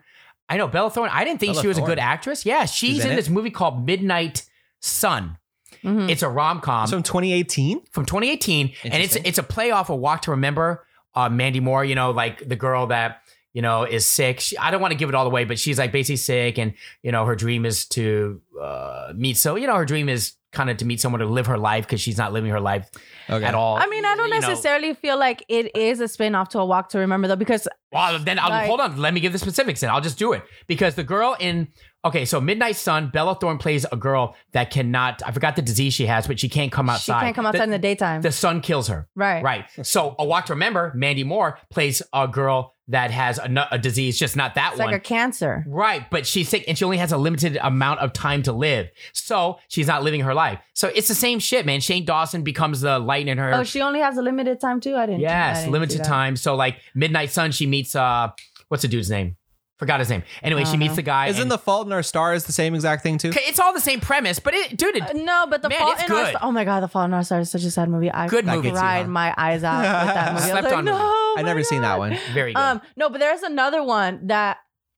B: I know Bella Thorne. I didn't think
C: Bella
B: she was a
C: Thorne.
B: good actress. Yeah, she's,
C: She's
B: in,
C: in it? Hmm.
B: this movie called Midnight Sun.
D: Mhm.
B: It's a rom com
C: It's from 2018.
B: from 2018, and it's
C: Interesting.
B: it's a play off of Walk to Remember. Uh, Mandy Moore, you know, like the girl that you know is sick. She, I don't want to give it all away, but she's like basically sick, and you know her dream is to uh, meet. So you know her dream is kind of to meet someone to live her life because she's not living her life
C: Okay.
B: at all.
D: I mean, I don't
B: You know,
D: necessarily feel like it is a spin off to a walk to remember though, because
B: Well, then I'll
D: Like-
B: hold on. Let me give the specifics, and I'll just do it because the girl in okay, so Midnight Sun, Bella Thorne plays a girl that cannot. I forgot the disease she has, but she can't come outside.
D: she can't come outside in the daytime.
B: The sun kills her.
D: right.
B: Right. So a walk to remember, Mandy Moore plays a girl that has a, nu- a disease, just not that
D: It's
B: one.
D: like a cancer.
B: right, but she's sick and she only has a limited amount of time to live. So she's not living her life. So it's the same shit, man. Shane Dawson becomes the light in her.
D: Oh, she only has a limited time too. I didn't. I
B: yes,
D: didn't see
B: limited
D: that.
B: time. So like Midnight Sun, she meets uh what's the dude's name? Forgot his name. Anyway, she
D: Uh-huh.
B: meets the guy.
C: Isn't
B: and-
C: the Fault in Our Stars the same exact thing too?
B: Okay, it's all the same premise, but it dude, it,
D: Uh, No, but the
B: Man,
D: fault
B: it's
D: in our
B: good.
D: Sta- oh my god, the fault in our stars is such a sad movie. I
B: Good
D: I
B: movie.
D: cried my eyes out with that movie. I was
B: Slept
D: like,
B: on
D: no, oh
B: movie.
D: my
C: I've never seen that
D: God."
C: one.
B: very good.
D: Um, no, but there's another one that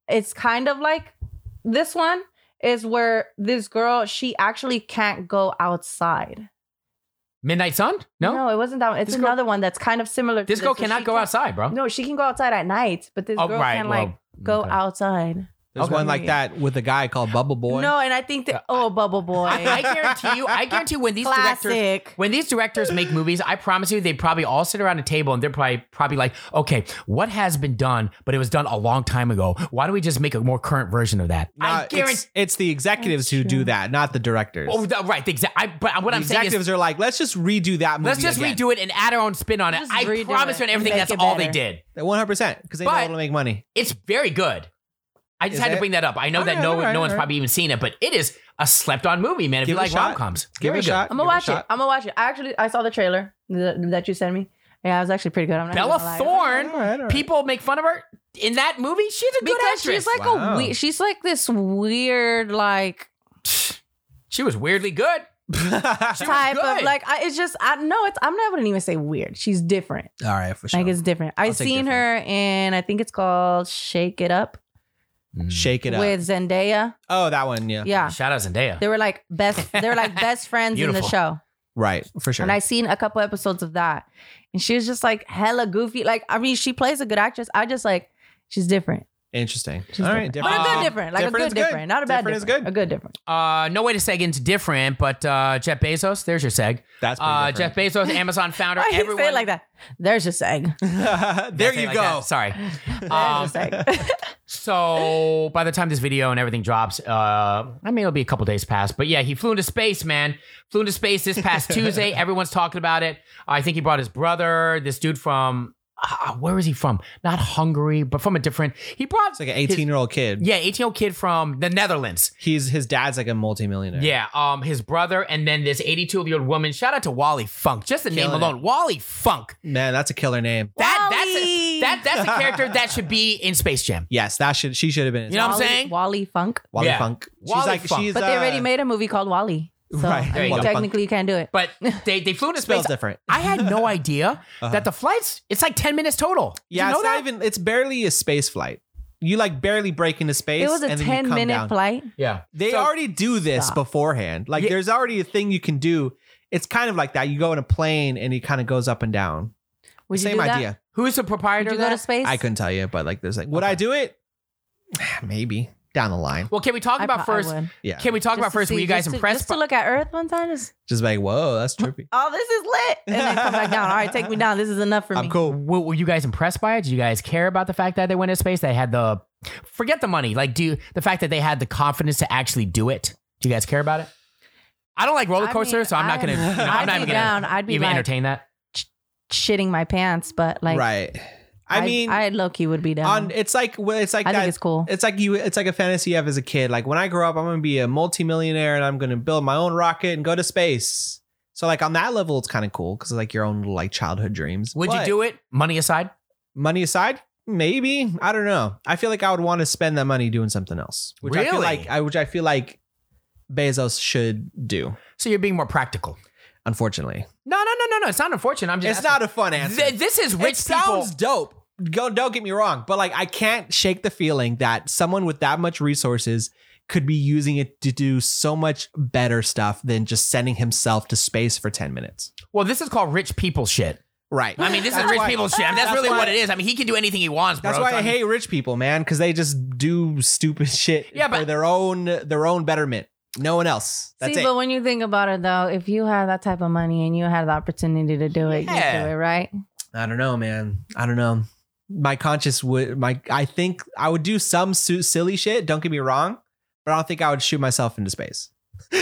D: it's kind of like this one is where this girl she actually can't go outside.
B: Midnight Sun? No.
D: no, it wasn't that one. It's
B: This girl-
D: another one that's kind of similar. to
B: this girl
D: so she
B: cannot go
D: can't-
B: outside, bro.
D: No, she can go outside at night, but this
B: Oh,
D: girl
B: right,
D: can
B: well,
D: like go
B: okay.
D: outside.
C: There's
B: Okay.
C: one like that with a guy called Bubble Boy.
D: No, and I think that oh, Bubble Boy,
B: I guarantee you, I guarantee when these directors
D: classic.
B: When these directors make movies, I promise you, they probably all sit around a table and they're probably probably like, okay, what has been done, but it was done a long time ago. Why don't we just make a more current version of that?
C: Nah,
B: I guarantee.
C: it's, it's the executives
D: That's
C: who
D: true.
C: do that, not the directors.
B: Oh, the- right, the exact. I, but what
C: the
B: I'm saying
C: executives
B: is,
C: are like, let's just redo that movie.
B: let's just redo it and add our own spin on it.
D: Just
B: I
D: redo
B: promise you,
D: it
B: on everything,
D: and
B: that's
D: make it
B: all they
D: better.
B: did.
C: it. 100 percent because they know
B: But-
C: it'll make money.
B: It's very good. I just
C: Is
B: had
C: it?
B: to bring that up. I know
C: All
B: that
C: right,
B: no
C: all right,
B: no
C: all
B: one's
C: right.
B: probably even seen it, but it is a slept on movie, man. If
C: Give
B: you
C: it a
B: like
C: shot.
B: rom coms,
C: Give it a shot.
D: I'm
C: Give it
D: gonna
C: a
D: watch it.
C: shot.
D: I'm gonna watch it. I actually I saw the trailer th- that you sent me. Yeah, it was actually pretty good. I'm not
B: Bella
D: gonna lie.
B: Thorne.
C: All right, all right.
B: People make fun of her in that movie. She's a good
D: because
B: actress.
D: she's like
C: Wow.
D: a we- she's like this weird like
B: she was weirdly good. She was
D: type of
B: good.
D: like I, it's just I no it's I'm not I wouldn't even say weird. She's different.
C: All right, for sure.
D: Like it's different.
C: I'll
D: I've
C: take
D: seen her in I think it's called Shake It Up
C: Mm. Shake it up.
D: with Zendaya.
C: oh, that one. Yeah.
D: Yeah.
B: Shout out Zendaya.
D: They were like best they were like best friends in the
B: Beautiful.
D: show.
C: Right. For sure.
D: And I seen a couple episodes of that. And she was just like hella goofy. Like I mean she plays a good actress. I just like she's different.
C: Interesting.
D: She's
C: All right.
D: different. But a
B: Um,
D: good different. Like
C: different
D: a
C: is
D: good
C: good.
D: different. Not a bad
C: Different is
D: different.
C: good.
D: A good different.
B: Uh, no way to seg into different, but uh, Jeff Bezos, there's your seg.
C: That's pretty
B: Uh, Jeff
C: different.
B: Bezos, Amazon founder.
D: Why you
B: everyone,
D: say it like that? There's your seg.
C: there
B: Say it
C: you
B: like
C: go.
B: that, Sorry.
D: There's
B: Um,
D: your seg.
B: so by the time this video and everything drops, uh, I mean it'll be a couple days past. But yeah, he flew into space, man. Flew into space this past Tuesday. Everyone's talking about it. I think he brought his brother, this dude from uh, where is he from? Not Hungary, but from a different. He brought
C: It's like an 18 year old kid.
B: yeah, eighteen year old kid from the Netherlands.
C: He's his dad's like a multimillionaire.
B: Yeah, um, his brother, and then this 82 year old woman. Shout out to Wally Funk. Just the name
C: Killing
B: alone, Wally Funk.
C: Man, that's a killer name.
B: That that's a,
D: Wally!
B: that that's a character that should be in Space Jam.
C: Yes, that should she should have been.
B: You know what I'm
D: Wally-
B: saying?
D: Wally Funk.
C: Wally
B: Yeah.
C: Funk.
B: Wally
C: she's like
B: Funk.
C: she's.
D: But they
C: uh,
D: already made a movie called Wally. So
C: Right.
D: I
B: There you
D: mean,
B: go.
D: technically you can't do it.
B: But they they flew into space.
C: spells different.
B: I had no idea
D: Uh-huh.
B: that the flights. It's like 10 minutes total. Did
C: Yeah,
B: you know
C: it's
B: that?
C: not even. It's barely a space flight. You like barely break into space.
D: it was a
C: and then you
D: 10
C: come
D: minute
C: down.
D: flight.
B: yeah.
C: They
B: So-
C: already do this
D: Stop.
C: beforehand. Like
B: Yeah.
C: there's already a thing you can do. It's kind of like that. You go in a plane and it kind of goes up and down.
D: Would you
C: Same
D: do that?
C: idea.
B: Who's the
D: Would
B: proprietor?
D: you
B: of
D: go
B: that?
D: to space?
C: I couldn't tell you, but like there's like, would I do it? Maybe. down the line.
B: Well, can we talk
D: I
B: about
D: pro- I
B: first?
D: would.
C: Yeah,
B: Can we talk
D: Just
B: about
D: to
B: first? Were
D: see-
B: you guys
D: just to-
B: impressed?
D: Just to
B: by-
D: look at Earth one time. Just
C: just like whoa, that's trippy.
D: oh, this is lit, and then come back down. All right, take me down. This is enough for me.
C: I'm cool.
B: Were, were you guys impressed by it? Did you guys care about the fact that they went into space? They had the forget the money, like do the fact that they had the confidence to actually do it. Do you guys care about it? I don't like roller
D: I
B: coasters,
D: mean,
B: so I'm not
D: I-
B: gonna. no,
D: I'd
B: I'm not
D: be
B: even
D: down.
B: gonna
D: I'd be
B: even
D: like
B: entertain that.
D: shitting my pants, but like,
C: right. I, mean,
D: I low key would be down.
C: on it's like well, it's like
D: I
C: that.
D: think it's cool.
C: It's like you. It's like a fantasy you have as a kid. Like when I grow up, I'm gonna be a multimillionaire and I'm gonna build my own rocket and go to space. So like on that level, it's kind of cool because like your own little like childhood dreams.
B: Would you do it? Money aside,
C: money aside? Maybe I don't know. I feel like I would want to spend that money doing something else. Which I feel
B: Really?
C: like I which I feel like Bezos should do.
B: so you're being more practical.
C: Unfortunately,
B: No, no, no, no, no. It's not unfortunate. I'm just.
C: it's not a fun answer.
B: Th- this is rich
C: it
B: people.
C: sounds dope. Go, don't get me wrong, but like I can't shake the feeling that someone with that much resources could be using it to do so much better stuff than just sending himself to space for 10 minutes.
B: Well, this is called rich people shit.
C: Right.
B: I mean, this is
C: That's
B: rich
C: why-
B: people shit. I mean, that's,
C: that's
B: really
C: why-
B: what it is. I mean, he can do anything he wants, bro.
C: That's why
B: So,
C: I
B: mean,
C: hate rich people, man, cuz they just do stupid shit
B: Yeah,
C: for
B: but-
C: their own their own betterment. No one else. That's
D: See,
C: it.
D: but when you think about it though, if you had that type of money and you had the opportunity to do it,
B: Yeah.
D: you do it, right?
C: I don't know, man. I don't know. My conscience would my I think I would do some su- silly shit, don't get me wrong, but I don't think I would shoot myself into space.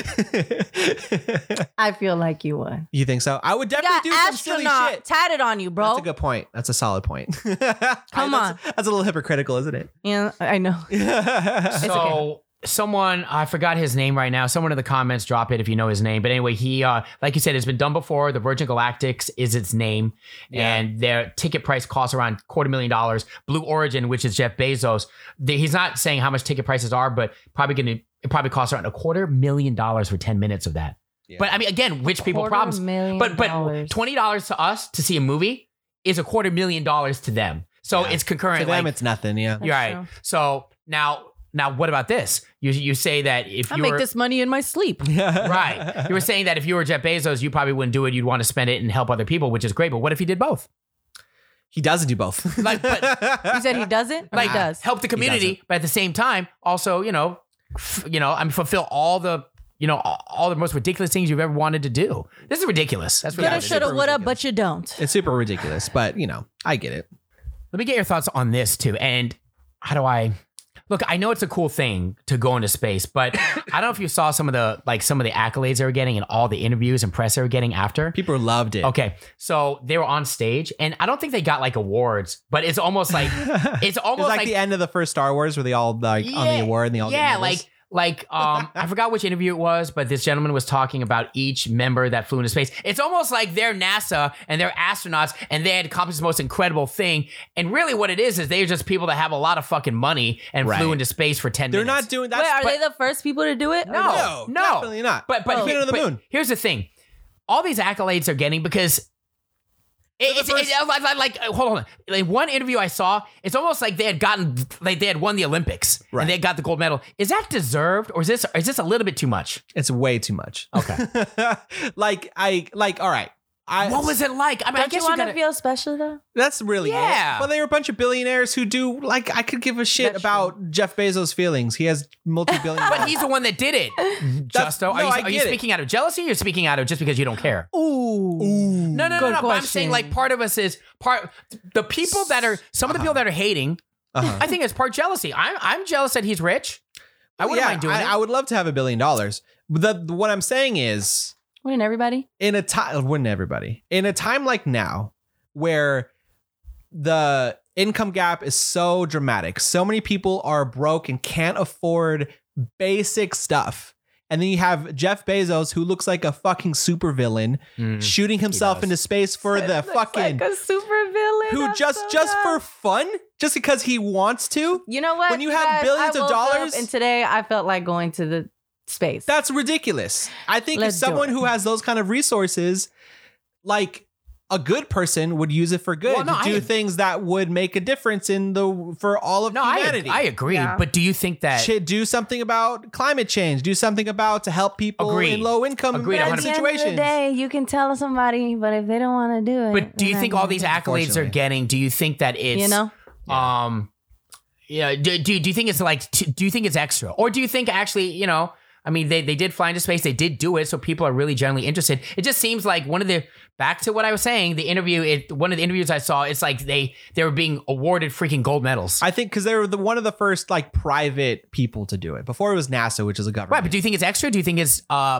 D: I feel like you would.
C: you think so? I would
D: You
C: definitely
D: got
C: do some silly
D: astronaut
C: shit.
D: tatted on you, bro.
C: That's a good point. That's a solid point. Come
D: on.
C: That's, that's a little hypocritical, isn't it?
D: yeah, I know.
C: yeah.
D: It's
B: so
D: okay.
B: someone I forgot his name right now. Someone in the comments drop it if you know his name. But anyway, he uh like you said, it's been done before. The Virgin Galactics is its name, and their ticket price costs around quarter million dollars. Blue Origin, which is Jeff Bezos, the, he's not saying how much ticket prices are, but probably gonna it probably costs around a quarter million dollars for ten minutes of that. But I mean, again, rich people
D: Quarter
B: problems.
D: million
B: But but
D: dollars.
B: twenty dollars to us to see a movie is a quarter million dollars to them. So
C: Yeah.
B: it's concurrent.
C: to
B: like-
C: them it's nothing, yeah.
D: That's
B: you're right.
D: true.
B: So now, now what about this? You you say that if
D: I
B: you
D: make
B: were
D: this money in my sleep.
B: right, you were saying that if you were Jeff Bezos, you probably wouldn't do it. You'd want to spend it and help other people, which is great. But what if he did both?
C: He doesn't do both.
B: Like,
D: You said he doesn't? Or
B: Like
D: he does.
B: help the community,
C: doesn't.
B: but at the same time, also you know, f- you know, I mean, fulfill all the you know all, all the most ridiculous things you've ever wanted to do. This is ridiculous. That's what
D: Coulda,
B: that is.
D: shoulda,
C: super
D: woulda,
C: ridiculous.
D: but you don't.
C: it's super ridiculous, but you know, I get it.
B: Let me get your thoughts on this too. And how do I look? I know it's a cool thing to go into space, but I don't know if you saw some of the like some of the accolades they were getting and all the interviews and press they were getting after.
C: People loved it.
B: Okay, so they were on stage, and I don't think they got like awards, but it's almost like it's
C: It was
B: almost
C: like,
B: like,
C: the end of the first Star Wars where they all like on the
B: Yeah,
C: award and they all
B: yeah,
C: get medals.
B: like like um I forgot which interview it was, but this gentleman was talking about each member that flew into space. It's almost like they're NASA and they're astronauts and they had accomplished the most incredible thing. And really what it is is they're just people that have a lot of fucking money and
C: Right.
B: flew into space for 10
C: they're
B: minutes.
C: not doing
D: Wait, are
C: that.
D: they the first people to do it? Or
B: No.
C: no,
B: No.
C: definitely not.
B: but but,
C: They've been
B: here-
C: to Oh. the
B: but
C: moon.
B: here's the thing. All these accolades are getting because it- it's,
C: first-
B: it- like, like- like, uh, hold on. Like one interview I saw, it's almost like they had gotten like they had won the Olympics
C: Right.
B: and they got the gold medal. Is that deserved or is this is this a little bit too much?
C: it's way too much.
B: Okay.
C: like I like all right. I
B: What was it like? I mean, I
D: Don't you
B: guess
D: want to
B: gotta-
D: feel special though?
C: that's really it.
B: Yeah.
C: Well, they were a bunch of billionaires who do like I could give a shit
D: That's
C: about Jeff Bezos' feelings. He has multi-billion.
B: But he's the one that did it. Justo,
C: no,
B: are you,
C: I
B: are you
C: get it.
B: speaking out of jealousy or you're speaking out of just because you don't care?
D: Ooh.
C: Ooh.
B: No, no, no, no.
D: Good
B: But I'm
D: question.
B: saying like part of us is part the people that are some of the people that are hating.
C: Uh-huh.
B: I think it's part jealousy. I'm I'm jealous that he's rich. I wouldn't
C: Yeah,
B: mind doing
C: I,
B: it.
C: I would love to have a billion dollars. But the, the- what I'm saying is,
D: Wouldn't everybody?
C: in a time wouldn't everybody in a time like now where the income gap is so dramatic so many people are broke and can't afford basic stuff and then you have Jeff Bezos, who looks like a fucking supervillain, shooting himself
B: Mm. does.
C: into space for the fucking
D: like a super villain.
C: who just just for fun, just because he wants to.
D: you know what?
C: when you have
D: guys,
C: billions
D: I
C: of
D: woke up
C: dollars-
D: and today I felt like going to the space.
C: That's ridiculous. I think
D: Let's
C: if
D: do
C: someone
D: it.
C: who has those kind of resources, like a good person would use it for good
B: Well, no,
C: to do
B: I-
C: things that would make a difference in the for all of
B: no, I,
C: humanity.
B: I agree.
D: Yeah.
B: But do you think that
C: Ch- do something about climate change. Do something about to help people
B: Agreed.
C: in low income
B: Agreed,
D: At the end of the
C: situations.
D: day, you can tell somebody, but if they don't want to do it,
B: but do you
D: then
B: think all these accolades are
C: Unfortunately.
B: getting? Do you think that it's
D: You know,
B: um yeah, do, do, do you think it's like, t- do you think it's extra? Or do you think actually, you know, I mean, they, they did fly into space, they did do it, so people are really generally interested. It just seems like one of the, back to what I was saying, the interview, it, one of the interviews I saw, it's like they, they were being awarded freaking gold medals.
C: I think because they were the one of the first like private people to do it before it was NASA, which is a government.
B: right, but do you think it's extra? Do you think it's uh,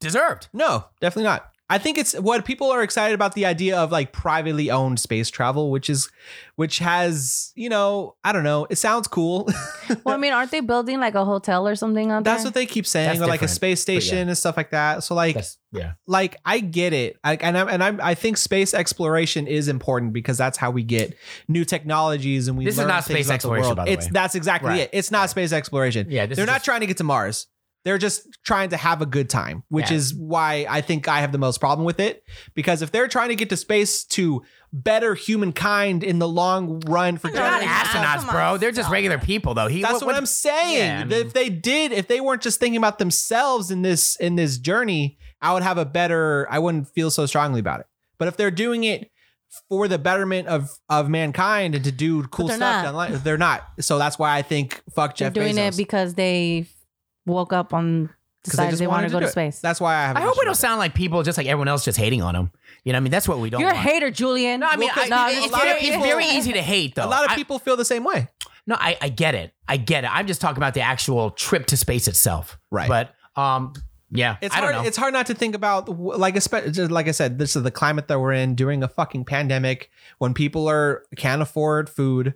B: deserved?
C: No, definitely not. I think it's what people are excited about the idea of like privately owned space travel, which is, which has, you know, I don't know. It sounds cool.
D: Well, I mean, aren't they building like a hotel or something out
C: That's
D: there?
C: what they keep saying,
B: That's
C: or like a
B: different,
C: space
B: yeah.
C: station and stuff like that. So like,
B: That's, yeah.
C: like I get it, I, and I'm, and I'm, I think space exploration is important because that's how we get new technologies and we.
B: This is
C: learn
B: not space
C: things about
B: exploration,
C: The world.
B: by the
C: it's
B: way.
C: that's exactly
B: Right.
C: it. It's not space exploration.
B: Yeah, this
C: they're
B: is
C: not
B: just-
C: trying to get to Mars. They're just trying to have a good time, which
B: Yeah.
C: is why I think I have the most problem with it. Because if they're trying to get to space to better humankind in the long run for
D: They're
B: They're not
D: Come
C: generations-
D: on,
B: astronauts,
D: Oh, come on,
B: bro. They're just
D: stop.
B: regular people, though. He,
C: that's what, I'm saying.
B: Yeah, I
C: That if they did, if they weren't just thinking about themselves in this in this journey, I would have a better. I wouldn't feel so strongly about it. But if they're doing it for the betterment of of mankind and to do cool
D: they're
C: stuff
D: not.
C: down the line, they're not. So that's why I think fuck
D: They're
C: Jeff
D: doing
C: Bezos.
D: it because they woke up on decided
C: just
D: they, want
C: wanted
D: to go
C: do
D: to
C: it.
D: space.
C: That's why I have.
B: I hope we don't sound like people, just like everyone else, just hating on him. You know, what I mean, that's what we don't.
D: You're a
B: want.
D: hater, Julian.
B: No, I mean,
D: Well,
B: I,
D: no,
B: it's,
D: just
C: lot
B: very,
C: of
B: it's
C: people-
B: very easy to hate, though.
C: A lot of
B: I-
C: people feel the same way.
B: no, I, I get it. I get it. I'm just talking about the actual trip to space itself.
C: Right.
B: But um, yeah,
C: It's
B: I don't
C: hard.
B: know.
C: It's hard not to think about w- like espe- just like I said. This is the climate that we're in during a fucking pandemic when people are can't afford food.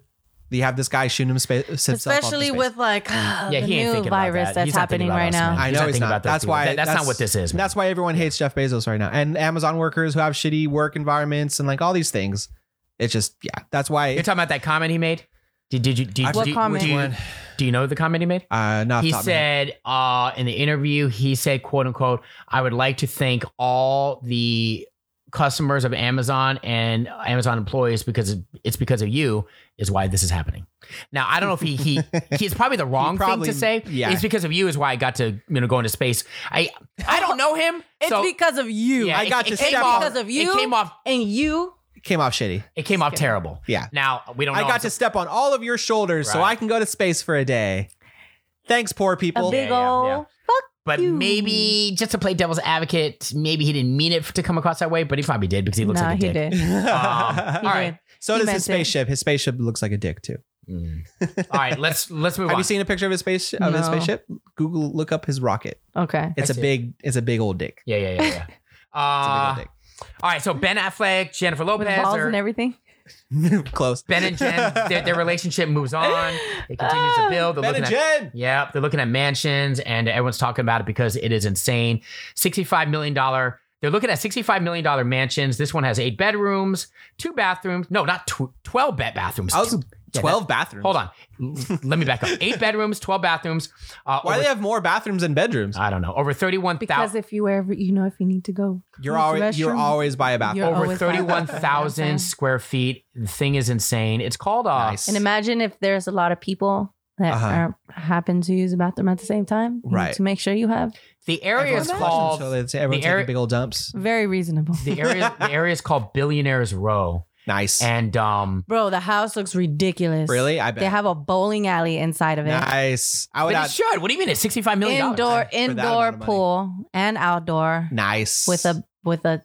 C: You have this guy shooting him spa- himself off to
D: especially
C: space.
D: with like
B: yeah,
D: the
B: he ain't
D: new
B: thinking
D: virus
B: about that.
D: that's
B: He's not thinking
D: happening
B: about
D: right
B: us,
D: now.
B: man.
C: I
B: He's
C: know
B: not
C: he's
B: thinking
C: not.
B: about those
C: that's
B: people.
C: why.
B: That- that's, not what this is. man.
C: That's why everyone hates Jeff Bezos right now, and Amazon workers who have shitty work environments and like all these things. It's just yeah. That's
B: You're
C: why.
B: talking about that comment he made. Did, did you? Do,
C: I
B: do,
D: What
B: do,
D: comment?
B: Do you, do you know the comment he made?
C: Uh, not off
B: he
C: top of my head.
B: said uh, in the interview he said quote unquote i would like to thank all the customers of amazon and amazon employees because it- it's because of you is why this is happening now i don't know if he he he's probably the wrong
C: probably-
B: thing to say
C: yeah.
B: it's because of you is why i got to you know go into space i i don't know him
D: It's
B: so
D: because of you.
B: yeah,
C: I got to
B: came
C: step
B: off-
C: on-
D: Because of
B: it
D: you?
B: came off
D: and you
C: came off shitty.
B: it came off terrible
C: Yeah.
B: now we don't
C: I
B: know
C: got to step on all of your shoulders so
B: Right.
C: I can go to space for a day. Thanks, poor
D: a
C: people.
D: big
B: yeah,
D: old
B: yeah.
D: fuck.
B: But
D: you.
B: maybe just to play devil's advocate, maybe he didn't mean it to come across that way, but he probably did because he looks
D: nah,
B: like a
D: he
B: dick. Um,
D: did. He
B: all right.
C: So
D: He
C: does
D: meant
C: his
D: it.
C: spaceship. His spaceship looks like a dick too.
B: Mm. All right, let's let's move
C: Have
B: on.
C: you seen a picture of his space of his
D: No.
C: spaceship? Google look up his rocket.
D: did. Okay.
C: It's a
B: see it.
C: big it's a big old dick.
B: yeah, yeah, yeah, yeah.
C: It's
B: Uh,
C: a
B: all right, so Ben Affleck, Jennifer
D: With
B: Lopez,
D: balls
B: or
D: and everything.
C: big old dick. Close.
B: Ah. Ben and Jen, their, their relationship moves on. It continues to build. They're
C: Ben
B: looking
C: and
B: at-
C: Jen.
B: Yeah, they're looking at mansions, and everyone's talking about it because it is insane. Sixty-five million dollar. They're looking at sixty-five million dollar mansions. This one has eight bedrooms, two bathrooms. No, not tw- twelve bed bathrooms.
C: I was-
B: Two- yeah,
C: Twelve bathrooms.
B: that- hold on. L- Let me back up. Eight bedrooms, twelve bathrooms. Uh,
C: Why do
B: over-
C: they have more bathrooms than bedrooms?
B: I don't know. Over thirty-one
D: Because
B: thousand.
D: if you ever you know if you need to go.
C: You're
D: Use the
C: always you're
D: restroom.
C: always by a bathroom.
D: You're
B: Over
D: always by the
B: thirty-one thousand
D: bathroom.
B: square feet. The thing is insane. It's called uh,
C: Nice.
D: And imagine if there's a lot of people that
C: Uh-huh.
D: are, happen to use the bathroom at the same time. You need
C: Right.
D: To make sure you have
B: the area is
C: Everyone's
B: called
C: flushing, so they- everyone's
B: the area-
C: taking big old dumps.
D: very reasonable.
B: the area. The area is called Billionaires Row,
C: Nice.
B: and um.
D: Bro, the house looks ridiculous.
C: really? I
D: They
C: bet.
D: have a bowling alley inside of it.
C: Nice. I would
B: But
C: add
B: it should. What do you mean? It's sixty-five million dollars.
D: Indoor
C: amount
D: indoor
C: of money.
D: pool and outdoor
C: nice
D: with a with a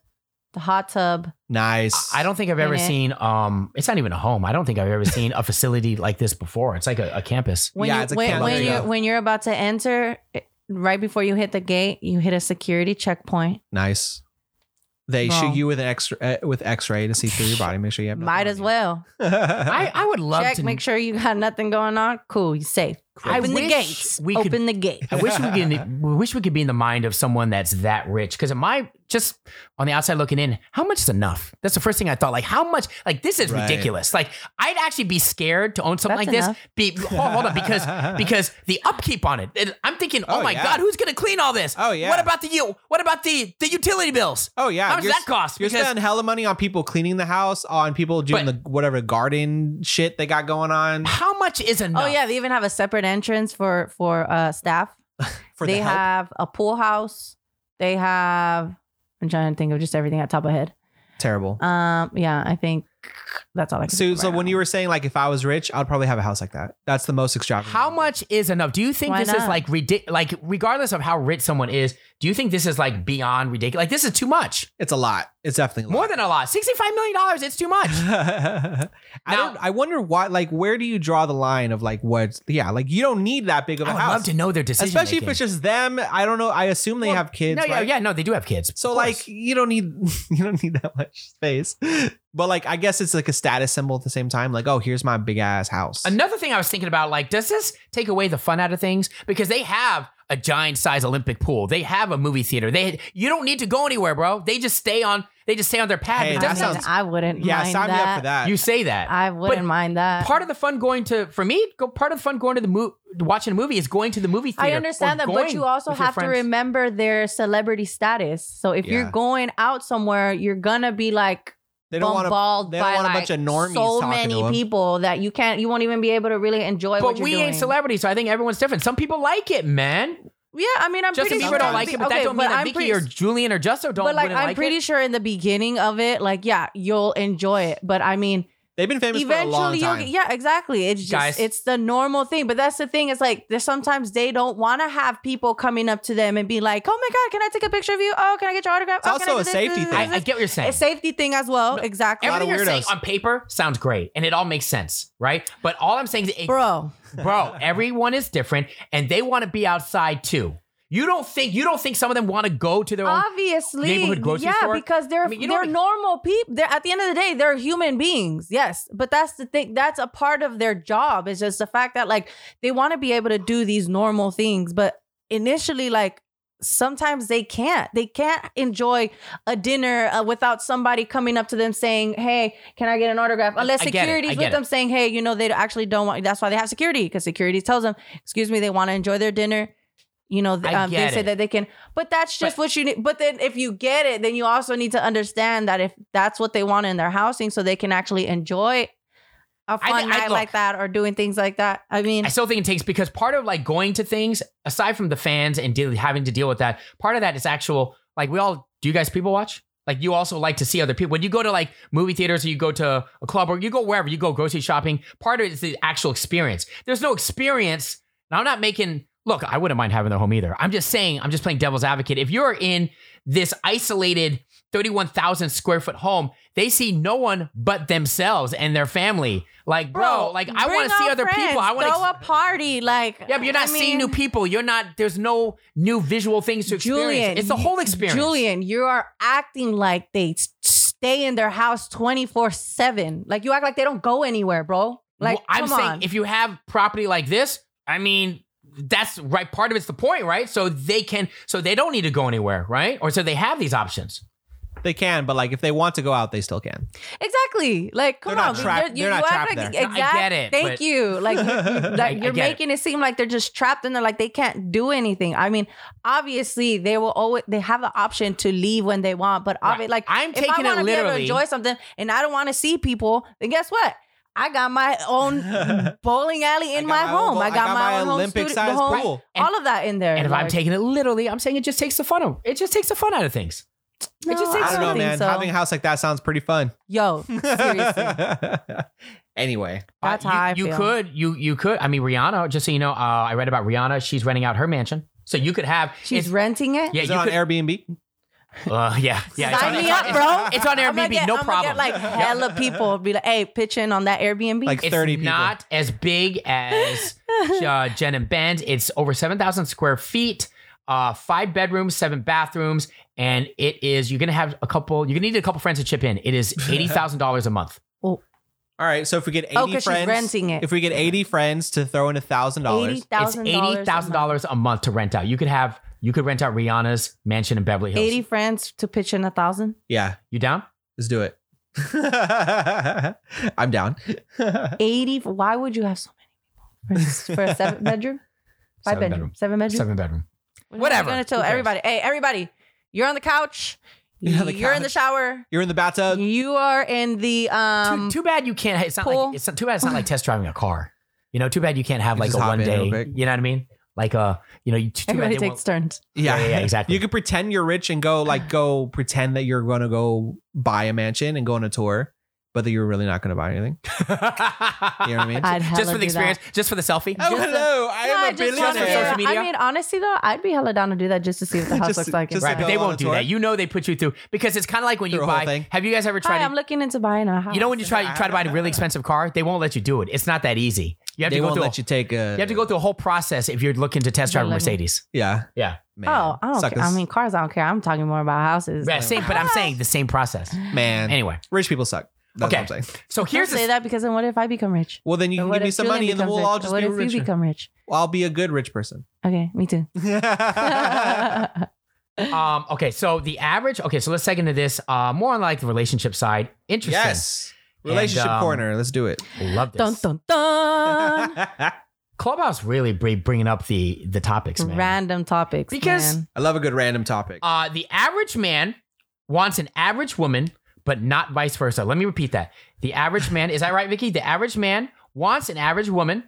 D: hot tub.
C: nice.
B: I don't think I've ever
D: Minute.
B: seen. Um, it's not even a home. I don't think I've ever seen a facility like this before. It's like a, a campus.
D: When
C: Yeah,
D: you
C: it's a
D: when,
C: camper
D: when you
C: trailer.
D: when you're about to enter it- right before you hit the gate, you hit a security checkpoint.
C: Nice. They
D: Wrong.
C: shoot you with an X uh, with X ray to see through your body. Make sure you have. nothing
D: Might
C: on
D: as
C: you.
D: well.
B: I, I would love
D: Check,
B: to.
D: make sure you got nothing going on. Cool, you safe.
B: I
D: Open the
B: wish
D: gates.
B: we could-
D: Open the gate.
B: I wish we could. We wish we could be in the mind of someone that's that rich. Because in my just on the outside looking in, how much is enough? That's the first thing I thought. Like how much? Like this is
C: Right.
B: ridiculous. Like I'd actually be scared to own something
D: That's
B: like
D: enough.
B: this. Be hold, hold on because because the upkeep on it. And I'm thinking, oh,
C: Oh,
B: my
C: yeah.
B: god, who's gonna clean all this?
C: Oh, yeah.
B: What about the you? What about the the utility bills?
C: oh yeah.
B: How much
C: You're-
B: does that cost?
C: You're spending hella money on people cleaning the house, on people doing
B: But-
C: the whatever garden shit they got going on
B: how much is enough?
D: Oh yeah, they even have a separate entrance for for uh staff.
C: for
D: they
C: the help.
D: have a pool house. They have I'm trying to think of just everything at top of head.
C: Terrible.
D: Um yeah, I think That's all I can
C: So,
D: think
C: so
D: right
C: when
D: now.
C: you were saying like if I was rich, I'd probably have a house like that. That's the most extravagant.
B: How much is enough? Do you think
D: Why
B: this is
D: not?
B: like ridiculous? Like, regardless of how rich someone is, do you think this is like beyond ridiculous? Like, this is too much.
C: It's a lot. It's definitely a
B: More
C: lot.
B: than a lot. $65 million. It's too much.
C: I
B: Now-
C: don't. I wonder why. Like, where do you draw the line of like what? Yeah, like you don't need that big of
B: I
C: a
B: would
C: house,
B: love to know their decision.
C: especially
B: making.
C: if it's just them. I don't know. I assume they
B: Well,
C: have kids.
B: No, yeah,
C: right?
B: yeah, no, they do have kids.
C: So
B: Of
C: like
B: course.
C: you don't need you don't need that much space. But like I guess it's like a status symbol at the same time. Like oh here's my big ass house.
B: Another thing I was thinking about, like, does this take away the fun out of things? Because they have a giant size Olympic pool. They have a movie theater. They you don't need to go anywhere, bro. They just stay on they just stay on their pad.
C: Hey,
B: It
D: I
C: that
D: mean,
B: doesn't-
C: sounds-
D: I wouldn't
C: yeah,
D: mind
C: sign me up for that.
B: you say that.
D: I uh, wouldn't
B: But
D: mind that.
B: part of the fun going to for me, go, part of the fun going to the movie watching a movie is going to the movie theater.
D: I understand
B: or
D: that, but
B: going
D: you also
B: with your
D: have to
B: friends.
D: remember their celebrity status. So if
C: Yeah.
D: you're going out somewhere, you're gonna be like
C: they don't want to.
D: bombarded
C: they don't
D: by
C: want a
D: like
C: bunch of normies
D: so
C: talking to
D: many
C: 'em.
D: people that you can't, you won't even be able to really enjoy
B: But
D: what you're
B: we
D: doing.
B: ain't celebrities, so I think everyone's different. Some people like it, man.
D: Yeah, I mean, I'm
B: Justin
D: pretty
B: Bieber
D: sure
B: don't like it, but that
D: okay,
B: don't mean that
D: I'm
B: Mickey
D: pretty-
B: or Julian or Justo don't.
D: But like,
B: wouldn't
D: I'm
B: like it.
D: pretty sure in the beginning of it, like, yeah, you'll enjoy it. But I mean,
C: They've been famous for a long
D: eventually you'll
C: time.
D: get, yeah exactly it's just
B: Guys.
D: it's the normal thing but that's the thing it's like there's sometimes they don't want to have people coming up to them and be like oh my god can i take a picture of you oh can i get your autograph
C: It's
D: oh, can I
C: also
D: do
C: a
D: this,
C: safety thing.
D: this, this,
B: I,
D: this?"
B: I get what you're saying.
D: a safety thing as well
B: No,
D: exactly
C: lot of
B: Everything you're saying
C: weirdos.
B: on paper sounds great, and it all makes sense, right? But all I'm saying is, it, bro,
D: bro
B: everyone is different, and they want to be outside too. You don't think you don't think some of them want to go to their own?
D: obviously
B: neighborhood grocery
D: yeah
B: store?
D: because they're
B: I mean, you know
D: they're
B: what I-
D: normal people they're at the end of the day they're human beings yes but that's the thing that's a part of their job is just the fact that like they want to be able to do these normal things but initially like sometimes they can't they can't enjoy a dinner uh, without somebody coming up to them saying hey can i get an autograph unless
B: I get it. I
D: security's
B: get
D: with
B: it.
D: them saying hey you know they actually don't want that's why they have security because security tells them excuse me they want to enjoy their dinner you know th-
B: I
D: um, they
B: get
D: say
B: it.
D: that they can but that's just what you need but then if you get it then you also need to understand that if that's what they want in their housing so they can actually enjoy a
B: thi-
D: fun
B: I-
D: night
B: look.
D: like that or doing things like that i mean
B: I still think it takes because part of like going to things, aside from the fans and deal, having to deal with that, part of that is actual like we all do. You guys people watch? Like you also like to see other people. When you go to like movie theaters or you go to a club or you go wherever you go grocery shopping, part of it is the actual experience. There's no experience. And I'm not making look, I wouldn't mind having their home either. I'm just saying, I'm just playing devil's advocate. If you're in this isolated 31,000 square foot home, they see no one but themselves and their family. Like, bro, like I
D: bring
B: want to see
D: out
B: other
D: friends,
B: people. I want to
D: throw a party like
B: yeah, but you're not
D: I
B: seeing new
D: mean,
B: people. You're not. There's no new visual things to experience.
D: Julian,
B: it's the
D: you-
B: whole experience.
D: Julian, you are acting like they s- stay in their house 24 7. Like you act like they don't go anywhere, bro. Like,
B: Well, I'm
D: come
B: saying
D: on.
B: if you have property like this, I mean, that's right. Part of it's the point, right? So they can. So they don't need to go anywhere, right? Or so they have these options.
C: They can, but like if they want to go out, they still can.
D: exactly. Like, come
C: They're not
D: on.
C: trapped- they're
D: You- you
C: not
D: act
C: trapped
D: like-
C: there.
B: No, I get
D: exact-
B: it,
D: Thank
B: but-
D: you. Like, you- you-
B: I
D: like you're
B: get it.
D: making it. seem like they're just trapped and they're like they can't do anything. I mean, obviously they will always they have the option to leave when they want, but
B: Right.
D: obvi- like
B: I'm
D: if I
B: taking it
D: wanna be able to
B: literally.
D: enjoy something and I don't want to see people, then guess what? I got my own bowling alley in
C: I got
D: my,
C: my own
D: home.
C: bowl-
D: I, got my, own
C: Olympic
D: Olympic
C: size
D: home,
C: pool.
B: And-
D: all of that in there.
B: And if I'm
D: like-
B: taking it literally, I'm saying it just takes the fun. Of, it just takes the fun out of things.
D: No,
B: just
D: I
B: takes
C: I don't know,
D: think
C: man.
D: so.
C: Having a house like that sounds pretty fun.
D: Yo, seriously.
C: anyway,
D: That's
B: Uh, you,
D: how I
B: you
D: feel.
B: could. You you could. I mean, Rihanna. Just so you know, uh, I read about Rihanna. She's renting out her mansion. So you could have.
D: She's
B: it's-
D: renting it.
B: yeah,
C: is
B: you
C: it on
B: could.
C: Airbnb?
B: uh, yeah, yeah. it's
D: Sign
B: on-
D: me
B: it's on-
D: up, bro.
B: It's on
D: I'm gonna
B: Airbnb.
D: get-
B: no
D: I'm gonna
B: problem.
D: Get, like hella people be like, hey, pitch in on that Airbnb.
C: Like
B: It's
C: 30 people.
B: not as big as uh, Jen and Ben's. It's over 7,000 square feet, uh, five bedrooms, seven bathrooms. And it is, you're going to have a couple, you're going to need a couple friends to chip in. It is $80,000 a month.
C: All right, so if we get 80
D: Oh, 'cause she's
C: friends,
D: renting it.
C: if we get 80 friends to throw in a thousand dollars,
D: eighty
B: It's
D: thousand dollars.
B: $80,000 a month to rent out. You could have, you could rent out Rihanna's mansion in Beverly Hills.
D: Eighty friends to pitch in a thousand.
C: yeah,
B: You down?
C: let's do it. I'm down.
D: Eighty. Why would you have so many people for, for a seven bedroom? Five
B: Seven
D: bedroom.
B: bedroom.
D: Seven bedroom.
B: Seven bedroom.
D: What are you
B: Whatever.
D: gonna
B: Who
D: tell
B: cares?
D: everybody. Hey, everybody. You're on the couch.
C: You're on the
D: You're in the
C: couch. Uh,
D: shower.
C: You're in the bathtub.
D: You are in the um.
B: too, too bad you can't. It's not
D: pool.
B: like it's not, too bad. It's not like test driving a car. You know, too bad you can't have
C: You
B: like
C: just
B: a
C: hop
B: one
C: in real
B: day.
C: quick.
B: You know what I mean? Like a you know, you too bad
D: everybody
B: they
D: takes
B: won't-
D: turns.
B: Yeah, yeah, yeah, exactly.
C: You could pretend you're rich and go like go pretend that you're gonna go buy a mansion and go on a tour but that you're really not going to buy anything. You know what I mean?
D: I'd
B: just for
D: hella do
B: the
D: that.
B: experience, just for the selfie.
C: oh,
D: just a-
C: hello. I
D: No,
C: am a
D: just
B: Just for social
D: wanna
C: billionaire.
D: figure-
B: media?
D: I mean, honestly though, I'd be hella down to do that just to see what the house
C: Just-
D: looks like.
C: just
D: inside.
B: Right,
C: to
B: but
C: go
B: they
C: on a
B: won't do
C: tour?
B: that. You know they put you through because it's kind of like when
C: Through
B: you
C: a whole
B: buy.
C: thing?
B: Have you guys ever
D: Hi,
B: tried?
D: I'm
B: to,
D: looking into buying a house.
B: you know when you try you try to buy a really expensive car, they won't let you do it. It's not that easy. You have
C: They
B: to go
C: won't
B: through. A,
C: let you take a.
B: you have to go through a whole process if you're looking to test
D: They'll
B: drive a
D: let me.
B: Mercedes.
C: Yeah.
B: Yeah.
C: Man.
D: Oh, I don't.
C: Suckers.
D: Care. I mean, cars. I don't care. I'm talking more about houses.
B: Yeah, same. But I'm saying the same process.
C: man.
B: Anyway,
C: Rich people suck. That's
B: Okay.
C: what I'm saying.
B: so
D: Don't
B: here's
D: say
B: the
D: that because then what if I become rich?
C: Well, then you
D: Or
C: can
D: what
C: give me
D: if
C: some
D: Julian
C: money, and then
D: becomes
C: we'll
D: rich?
C: all
D: Or
C: just
D: what
C: be
D: if
C: rich.
D: you become rich?
C: I'll be a good rich person.
D: Okay, me too.
B: um okay so the average okay so let's take into this uh more on like the relationship side interesting
C: yes. Relationship
B: And, um,
C: corner. Let's do it.
B: love this
D: dun dun dun.
C: I
B: clubhouse really br- bringing up the the topics man
D: Random topics.
B: Because-
D: man.
C: love a good random topic.
B: uh the average man wants an average woman but not vice versa let me repeat that the average man is that right vicky the average man wants an average woman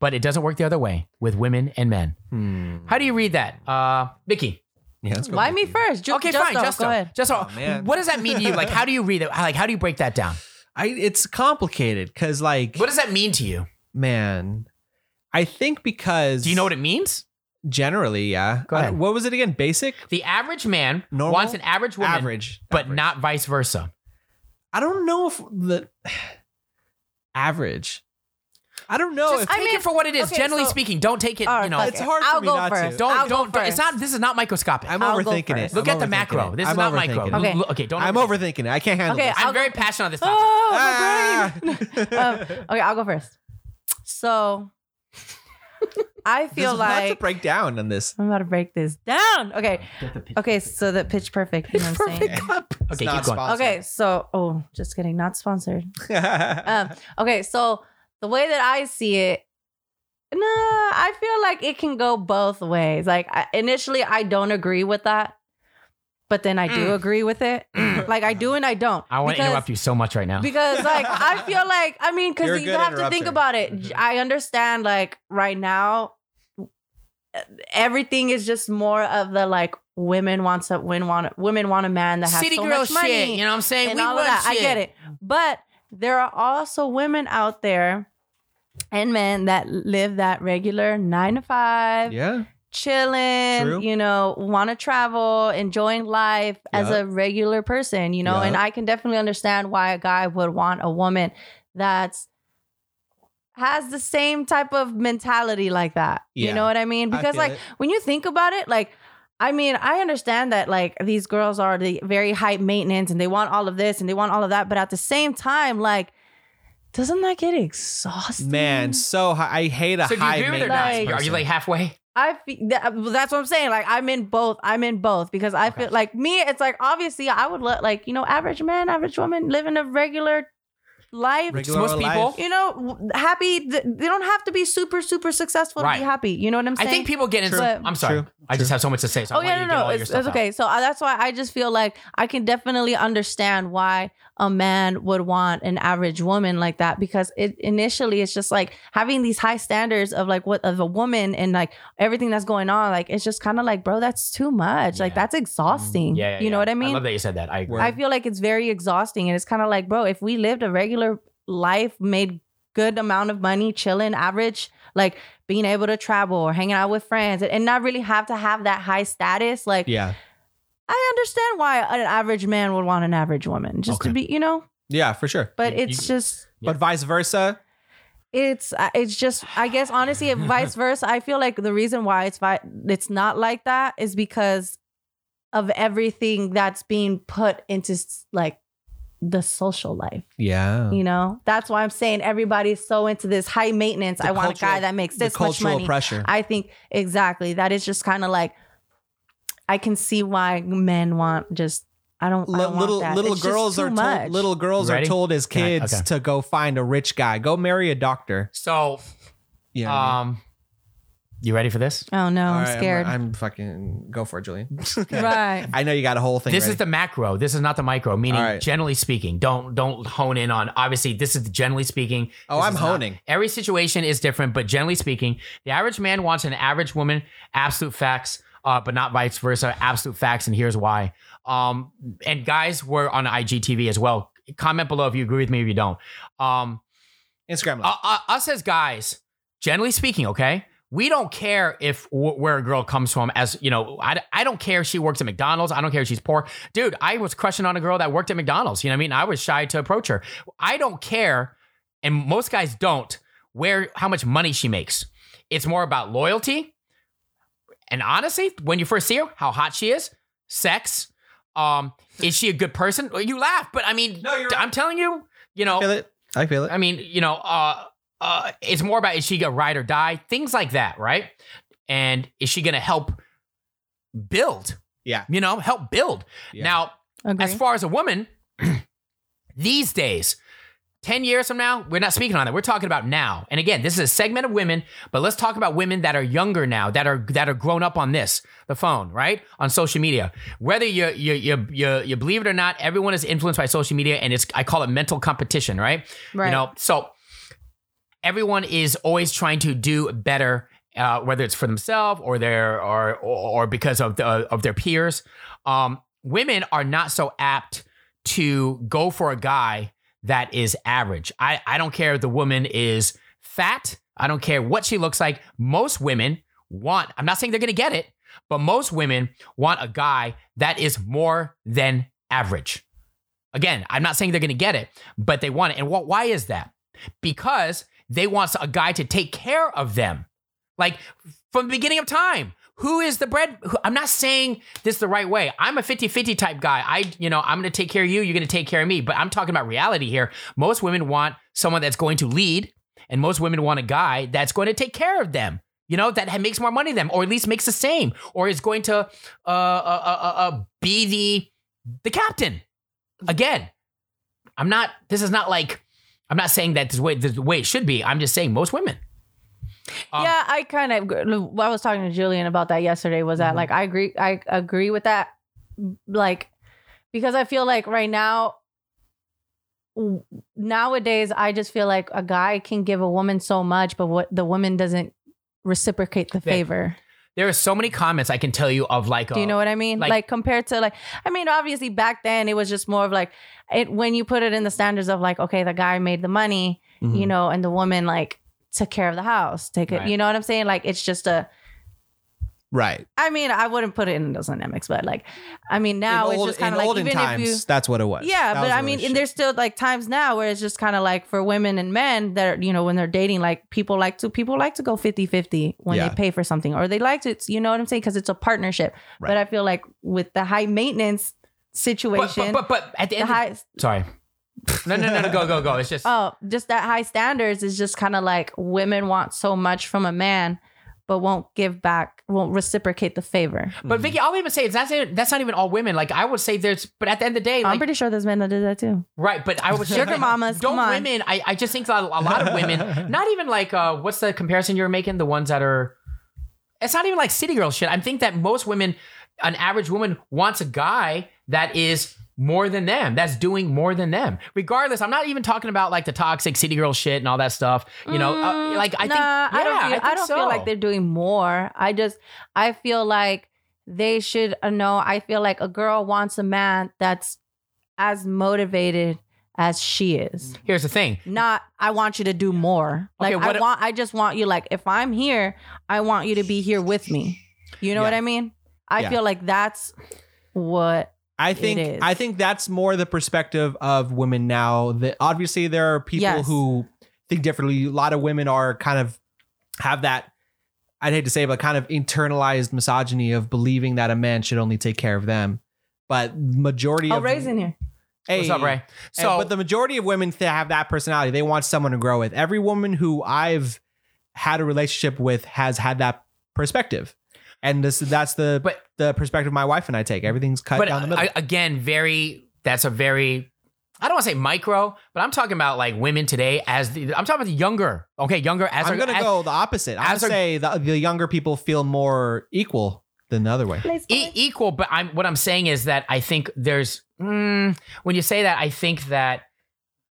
B: but it doesn't work the other way with women and men
C: Hmm.
B: how do you read that uh vicky
C: Yeah, let's go
D: why
C: with
D: me
C: you.
D: first? Ju-
B: okay
D: Justo,
B: fine just
D: go ahead.
B: just
C: Oh, man.
B: what does that mean to you like how do you read it like how do you break that down
C: I, it's complicated because, like,
B: what does that mean to you
C: man, I think because
B: do you know what it means
C: generally, yeah.
B: Go
C: I-
B: ahead.
C: What was it again? Basic,
B: The average man
C: Normal?
B: wants an average woman,
C: average,
B: but
C: average.
B: not vice versa.
C: I don't know if the average. I don't know
B: Just
C: if
B: take
D: I mean,
B: it for what it is.
D: okay,
B: Generally
D: so-
B: speaking, don't take it.
D: All
B: you
D: right,
B: know,
D: fuck
C: It's
D: it.
C: hard for
D: I'll
C: me
D: go
C: not to.
D: first.
B: don't
D: I'll go
B: don't. don't- It's
D: first.
B: not. This is not microscopic.
C: I'm
D: I'll go
C: overthinking it.
D: first.
B: Look
C: I'm
B: at the
C: overthinking
B: macro.
C: it.
B: This
C: I'm
B: is not
C: overthinking
B: micro.
C: it.
B: Look-
D: Okay.
B: look- okay, don't.
C: I'm overthinking it. I can't handle
D: Okay,
C: this.
B: I'm
D: I'll
B: very passionate on this topic.
D: Oh, my
C: Ah.
D: brain. um, okay, I'll go first. So I
C: There's a
D: feel
C: lot to
D: like
C: break down on this.
D: I'm about to break this down. Okay. Okay, so the pitch perfect. You know what I'm saying?
B: Okay,
C: It's
B: keep going.
C: not
D: Okay, so oh, just kidding, not sponsored.
C: sponsored.
D: Um, okay, so the way that I see it, nah, I feel like it can go both ways. Like I, initially, I don't agree with that, but then I do
B: Mm.
D: agree with it. like I do and I don't.
B: I want to interrupt you so much right now.
D: because like I feel like I mean
C: You're a
D: because you
C: good
D: have to think
C: interrupter.
D: about it.
B: Mm-hmm.
D: I understand like right now everything is just more of the like women wants a women want women want a man that has
B: City
D: so
B: girl
D: much
B: shit.
D: money
B: You know what I'm saying?
D: and
B: we
D: all of
B: want
D: that.
B: shit.
D: I get it. But there are also women out there and men that live that regular nine to five,
C: yeah.
D: chilling,
C: True.
D: you know, want to travel, enjoying life as
C: Yup.
D: a regular person, you know,
C: Yup.
D: and I can definitely understand why a guy would want a woman that's has the same type of mentality like that.
C: Yeah.
D: You know what I mean?
C: I
D: Because
C: feel
D: like
C: it.
D: when you think about it, like I mean, I understand that like these girls are the very high maintenance and they want all of this and they want all of that, but at the same time, like doesn't that get exhausting?
C: Man, so high. I hate a
B: So do you
C: high
B: agree with it or
C: maintenance
B: not? Are you
C: person.
B: like halfway?
D: I fe- that, well, that's what I'm saying. Like I'm in both. I'm in both because I
B: Okay.
D: feel like me. It's like obviously I would look like you know average man, average woman living a regular life.
C: Regular
B: most
C: life.
B: people-
D: you know, w- happy. th- They don't have to be super super successful
B: Right.
D: to be happy. You know what I'm
B: I
D: saying?
B: think people get into.
D: But-
B: I'm sorry.
C: True.
B: I just
C: True.
B: have so much to say. So
D: oh
B: I
D: yeah,
B: want
D: no, no,
B: you to get all your
D: it's,
B: stuff
D: it's
B: out.
D: okay. So uh, that's why I just feel like I can definitely understand why a man would want an average woman like that because it initially it's just like having these high standards of like what of a woman and like everything that's going on. Like it's just kind of like, bro, that's too much. Like
B: Yeah. Mm-hmm.
D: that's exhausting.
B: Mm. Yeah, yeah,
D: you know
B: yeah.
D: what I
B: I
D: mean?
B: love that you said that. I agree.
C: Word.
D: I feel like it's very exhausting. And it's kind of like, bro, if we lived a regular life, made good amount of money, chilling, average, like being able to travel or hanging out with friends and, and not really have to have that high status, like
C: Yeah.
D: I understand why an average man would want an average woman just to
B: Okay.
D: be, you know,
C: Yeah, for sure.
D: but
B: You-
D: it's
B: you-
D: just.
B: Yeah.
C: But vice versa,
D: It's uh, it's just I guess honestly, if vice versa. I feel like the reason why it's vi- it's not like that is because of everything that's being put into s- like the social life.
C: yeah.
D: You know, that's why I'm saying everybody's so into this high maintenance. I want a
C: cultural-
D: guy that makes
C: the
D: this much
C: cultural
D: money.
C: pressure.
D: I think exactly that is just kind of like I can see why men want just I don't, I
C: Li-
D: don't want
C: little
D: that.
C: little
D: It's just
C: girls
D: too
C: are
D: much.
C: told, little girls
B: You
C: are
B: ready?
C: told as
B: Can I-
C: kids
B: okay.
C: to go find a rich guy, go marry a doctor.
B: So,
C: You know what I mean?
B: um, you ready for this?
D: Oh no,
C: All
D: I'm
C: right,
D: scared.
C: I'm, fucking go for it, Julian.
D: right.
C: I know you got a whole thing.
B: This is the macro. This is not the micro. Meaning,
C: All right.
B: generally speaking, don't don't hone in on. Obviously, this is generally speaking.
C: Oh,
B: this
C: I'm
B: is not-
C: honing.
B: every situation is different, but generally speaking, the average man wants an average woman. Absolute facts, uh, but not vice versa. Absolute facts, and here's why. Um, and guys were on IGTV as well. comment below if you agree with me if you don't. Um,
C: Instagram.
B: uh, uh, us as guys, generally speaking, okay, we don't care if w- where a girl comes from. As you know, I, I don't care if she works at McDonald's. I don't care if she's poor, dude. I was crushing on a girl that worked at McDonald's. You know what I mean? I was shy to approach her. I don't care, and most guys don't. Where how much money she makes? It's more about loyalty and honestly, when you first see her, how hot she is, sex. Um, is she a good person? Well, You laugh, but I mean,
C: No, you're right.
B: I'm telling you, you know,
C: I feel it. I feel it.
B: I mean, you know, uh, uh, it's more about is she gonna ride or die, things like that, right? And is she gonna help build?
C: Yeah.
B: you know, help build.
C: Yeah.
B: Now,
D: Agree.
B: as far as a woman, these days, 10 years from now, we're not speaking on that. We're talking about now. And again, this is a segment of women, but let's talk about women that are younger now, that are that are grown up on this, the phone, right? On social media. Whether you you you you, you believe it or not, everyone is influenced by social media and it's I call it mental competition, right?
D: Right.
B: You know, so everyone is always trying to do better, uh, whether it's for themselves or their or or, or because of the, of their peers. Um, women are not so apt to go for a guy that is average. I I don't care if the woman is fat. I don't care what she looks like. Most women want. I'm not saying they're gonna get it, but most women want a guy that is more than average. Again, I'm not saying they're going to get it, but they want it. And what? Why is that? Because they want a guy to take care of them, like from the beginning of time. Who is the bread? who- I'm not saying this the right way. I'm a 50-50 type guy. I, you know, I'm going to take care of you. You're going to take care of me. But I'm talking about reality here. Most women want someone that's going to lead, and most women want a guy that's going to take care of them. You know, that ha- makes more money than them, or at least makes the same, or is going to uh, uh, uh, uh, uh, be the the captain again, I'm not. This is not like I'm not saying that this way this is the way it should be. I'm just saying most women. Um,
D: yeah, I kind of. gr- I was talking to Julian about that yesterday. Was
B: Mm-hmm.
D: that like I agree? I agree with that. Like, because I feel like right now, w- nowadays, I just feel like a guy can give a woman so much, but what the woman doesn't reciprocate the
B: Yeah.
D: favor.
B: There are so many comments I can tell you of like.
D: Do you know what I mean?
B: like-
D: Like, compared to like, I mean, obviously back then it was just more of like it when you put it in the standards of like, okay, the guy made the money,
C: Mm-hmm.
D: you know, and the woman like took care of the house, take it,
B: Mm-hmm. Right.
D: you know what I'm saying? Like it's just a.
C: right.
D: I mean, I wouldn't put it in those dynamics, but like, I mean, now
C: in
D: it's
C: old,
D: just
C: in
D: kind of like
C: olden
D: even
C: times,
D: if you.
C: that's what it was.
D: Yeah,
C: That
D: but
C: was
D: I
C: the
D: mean, and
C: relationship.
D: there's still like times now where it's just kind of like for women and men that are, you know, when they're dating, like people like to people like to go 50-50 when
C: Yeah.
D: they pay for something or they like to, you know what I'm saying? Because it's a partnership.
C: Right.
D: But I feel like with the high maintenance
B: But,
D: situation,
B: but but but at the
D: the
B: end.
D: high
B: of, sorry. No no no no go go go. It's just.
D: oh, just that high standards is just kind of like women want so much from a man, but won't give back, won't reciprocate the favor.
B: but Vicky, I'll even say it's not saying- that's not even all women. Like I would say there's, but at the end of the day,
D: I'm
B: like
D: pretty sure there's men that do that too.
B: Right, but I was
D: Sugar mamas,
B: Don't
D: come on.
B: women? I, I just think that a lot of women, not even like uh, what's the comparison you're making? The ones that are, it's not even like city girl shit. I think that most women, an average woman wants a guy that is more than them, that's doing more than them. Regardless, I'm not even talking about like the toxic city girl shit and all that stuff. You know, uh,
D: Mm,
B: like I
D: nah,
B: think,
D: I don't.
B: yeah,
D: Feel, I,
B: think
D: don't
B: so.
D: feel like they're doing more. I just, I feel like they should uh, know. I feel like a girl wants a man that's as motivated as she is.
B: Here's the thing.
D: Not, I want you to do more.
B: Mm-hmm. Okay,
D: Like
B: what
D: I
B: a-
D: want. I just want you. Like if I'm here, I want you to be here with me. You know what
C: Yeah.
D: I mean? I
C: Yeah.
D: feel like that's what.
C: I
D: It
C: think
D: is.
C: I think that's more the perspective of women now. That obviously there are people
D: Yes.
C: who think differently. A lot of women are kind of have that. I'd hate to say, but kind of internalized misogyny of believing that a man should only take care of them. But majority
D: Oh,
C: of
D: Ray's in here.
C: Hey.
B: What's up, Ray?
C: Hey,
B: So,
C: but the majority of women that have that personality, they want someone to grow with. Every woman who I've had a relationship with has had that perspective, and this that's the
B: But-
C: the perspective my wife and I take. Everything's cut
B: but
C: down the middle.
B: I, again, very. That's a very. I don't want to say micro, but I'm talking about like women today. As the, I'm talking about the younger, okay, younger. As
C: I'm
B: a-
C: gonna
B: as-
C: go the opposite. I'm gonna
B: as a-
C: say the, the younger people feel more equal than the other way.
B: e- equal, but I'm what I'm saying is that I think there's mm, when you say that I think that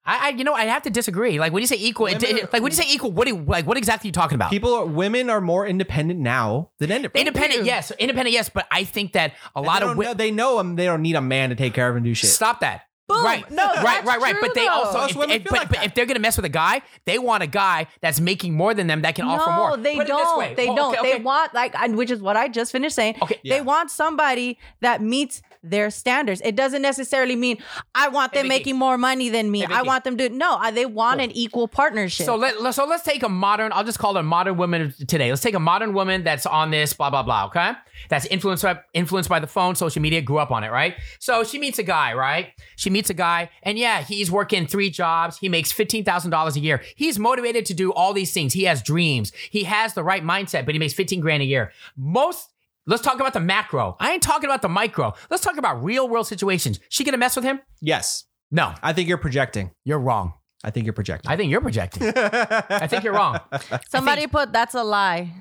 B: I, I you know I have to disagree. Like when you say equal, it,
C: Women-
B: it- like when you say equal, what do you- like what exactly are you talking about?
C: People, are, women are more independent now than independent.
B: independent, yes, independent, yes, but I think that a
C: A
B: lot of
C: they
B: women.
C: know, they know 'em, They don't need a man to take care of and do shit.
B: Stop that.
D: Boom.
B: Right,
D: No,
B: right,
D: that's
B: right, right.
D: true,
B: But they
D: though.
B: also,
C: Most
B: if,
C: women
B: if-
C: feel
B: but,
C: like
B: but
C: that.
B: if they're gonna mess with a guy, they want a guy that's making more than them that can offer
D: no,
B: more.
D: they
B: Put it this
D: don't.
B: way.
D: They
B: Oh, okay,
D: don't. They
B: okay.
D: want like, I, which is what I just finished saying.
B: Okay.
C: Yeah.
D: They want somebody that meets their standards. It doesn't necessarily mean I want them
B: Vicky.
D: making more money than me.
B: Hey,
D: I
B: Vicky.
D: want them to no. I, they want an equal partnership.
B: So let let- so let's take a modern. I'll just call her modern woman of today. Let's take a modern woman that's on this blah blah blah. Okay, that's influenced by influenced by the phone, social media, grew up on it, right? So she meets a guy, right? She meets a guy, and yeah, he's working three jobs. He makes fifteen thousand dollars a year. He's motivated to do all these things. He has dreams. He has the right mindset, but he makes fifteen grand a year. Most. Let's talk about the macro. I ain't talking about the micro. Let's talk about real world situations. She gonna mess with him?
C: Yes.
B: No,
C: I think you're projecting.
B: you're wrong.
C: I think you're projecting.
B: I think you're projecting. I think you're wrong.
D: Somebody put that's a lie.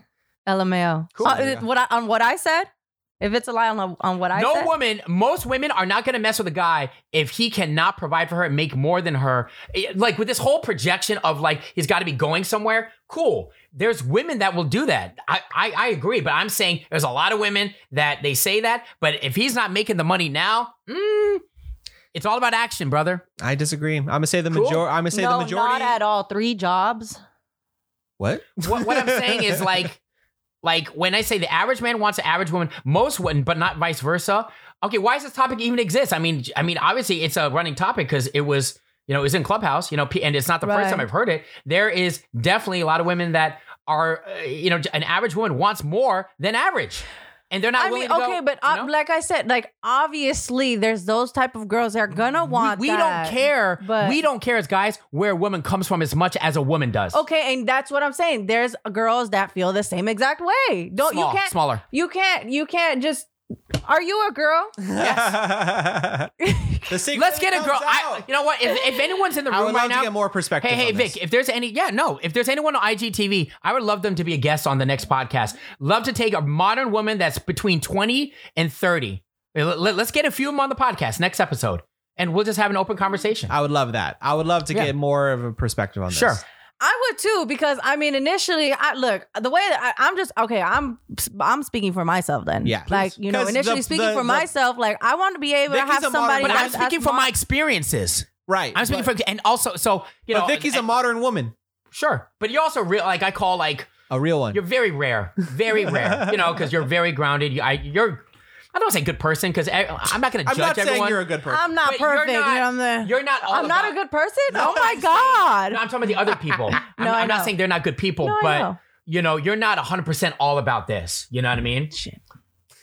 D: LMAO.
C: Cool.
D: On, Uh, what I, on what I said? If it's a lie on, on what I
B: no
D: said?
B: woman, most women are not going to mess with a guy if he cannot provide for her and make more than her. It- like with this whole projection of like he's got to be going somewhere. Cool. There's women that will do that. I, I I agree, but I'm saying there's a lot of women that they say that, but if he's not making the money now, mm, it's all about action, brother.
C: I disagree. I'm gonna say the
B: Cool.
C: major. I'm gonna say
D: no,
C: the majority.
D: not at all. Three jobs.
C: What?
B: What, what I'm saying is like like when I say the average man wants an average woman, most women, but not vice versa. Okay, why does this topic even exist? I mean, I mean, obviously it's a running topic because it was, you know, it was in Clubhouse, you know, P- and it's not the
D: Right.
B: first time I've heard it. There is definitely a lot of women that are, uh, you know, an average woman wants more than average, and they're not
D: I
B: willing
D: mean,
B: to go.
D: okay, but uh,
B: you know?
D: like I said, like obviously there's those type of girls that are gonna want
B: we, we
D: that.
B: don't care.
D: but-
B: we don't care as guys where a woman comes from as much as a woman does.
D: Okay, and that's what I'm saying. There's girls that feel the same exact way. Don't
B: Small,
D: oh, you can't
B: smaller.
D: you can't you can't just are you a girl?
C: the secret
B: Let's get a
C: comes
B: girl.
C: out.
B: I, you know what? If, if anyone's in the
C: I
B: room
C: would love
B: right
C: to
B: now,
C: get more perspective.
B: Hey, hey,
C: on this.
B: Vic, if there's any, yeah, no, if there's anyone on IGTV, I would love them to be a guest on the next podcast. Love to take a modern woman that's between 20 and 30. Let- let- Let's get a few of them on the podcast next episode, and we'll just have an open conversation.
C: I would love that. I would love to
B: Yeah.
C: get more of a perspective on this.
B: Sure.
D: I would too because I mean initially I look the way that I, I'm just okay I'm I'm speaking for myself then
C: Yeah.
D: like you know
C: 'Cause
D: initially
C: the-
D: speaking
C: the-
D: for
C: the-
D: myself like I want to be able
C: Vicky's
D: to have
C: a modern
D: somebody
B: But I'm
D: that's-
B: speaking
D: that's
B: from
D: mo-
B: my experiences.
C: Right.
B: I'm speaking
C: but,
B: from, and also, so you
C: But
B: know,
C: Vicky's a
B: and-
C: modern woman,
B: sure, but you're also real. Like I call like
C: a real one.
B: you're very rare, very rare. You know, because you're very grounded. You- I, you're, I don't say good person because I'm not going to
C: I'm
B: judge
C: not saying
B: everyone.
C: you're a good person.
D: I'm not
B: But you're
D: perfect you know
B: not-
D: what I'm the-
B: You're not all
D: I'm not
B: about-
D: a good person
C: No,
D: oh my
C: I'm saying-
D: god
B: No, I'm talking about the other people. I'm,
D: No, I
B: I'm not
D: know.
B: saying they're not good people,
D: No, I
B: but
D: know.
B: you know, you're not 100% all about this. You know what I mean?
D: Shit.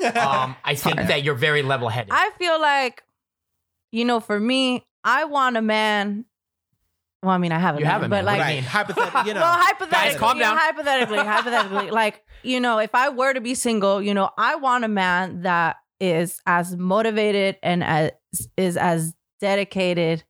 B: Um, I think
D: Sorry.
B: that you're very level headed.
D: I feel like you know for me I want a man well I mean I have a
B: You
D: man,
B: have a
D: but
B: man,
D: like
B: what do you
C: right.
B: mean?
C: Hypothetically, you know.
D: well, hypothetically,
B: Guys, calm
D: you know,
B: down.
D: hypothetically, hypothetically, like you know, if I were to be single, you know, I want a man that is as motivated and as is as dedicated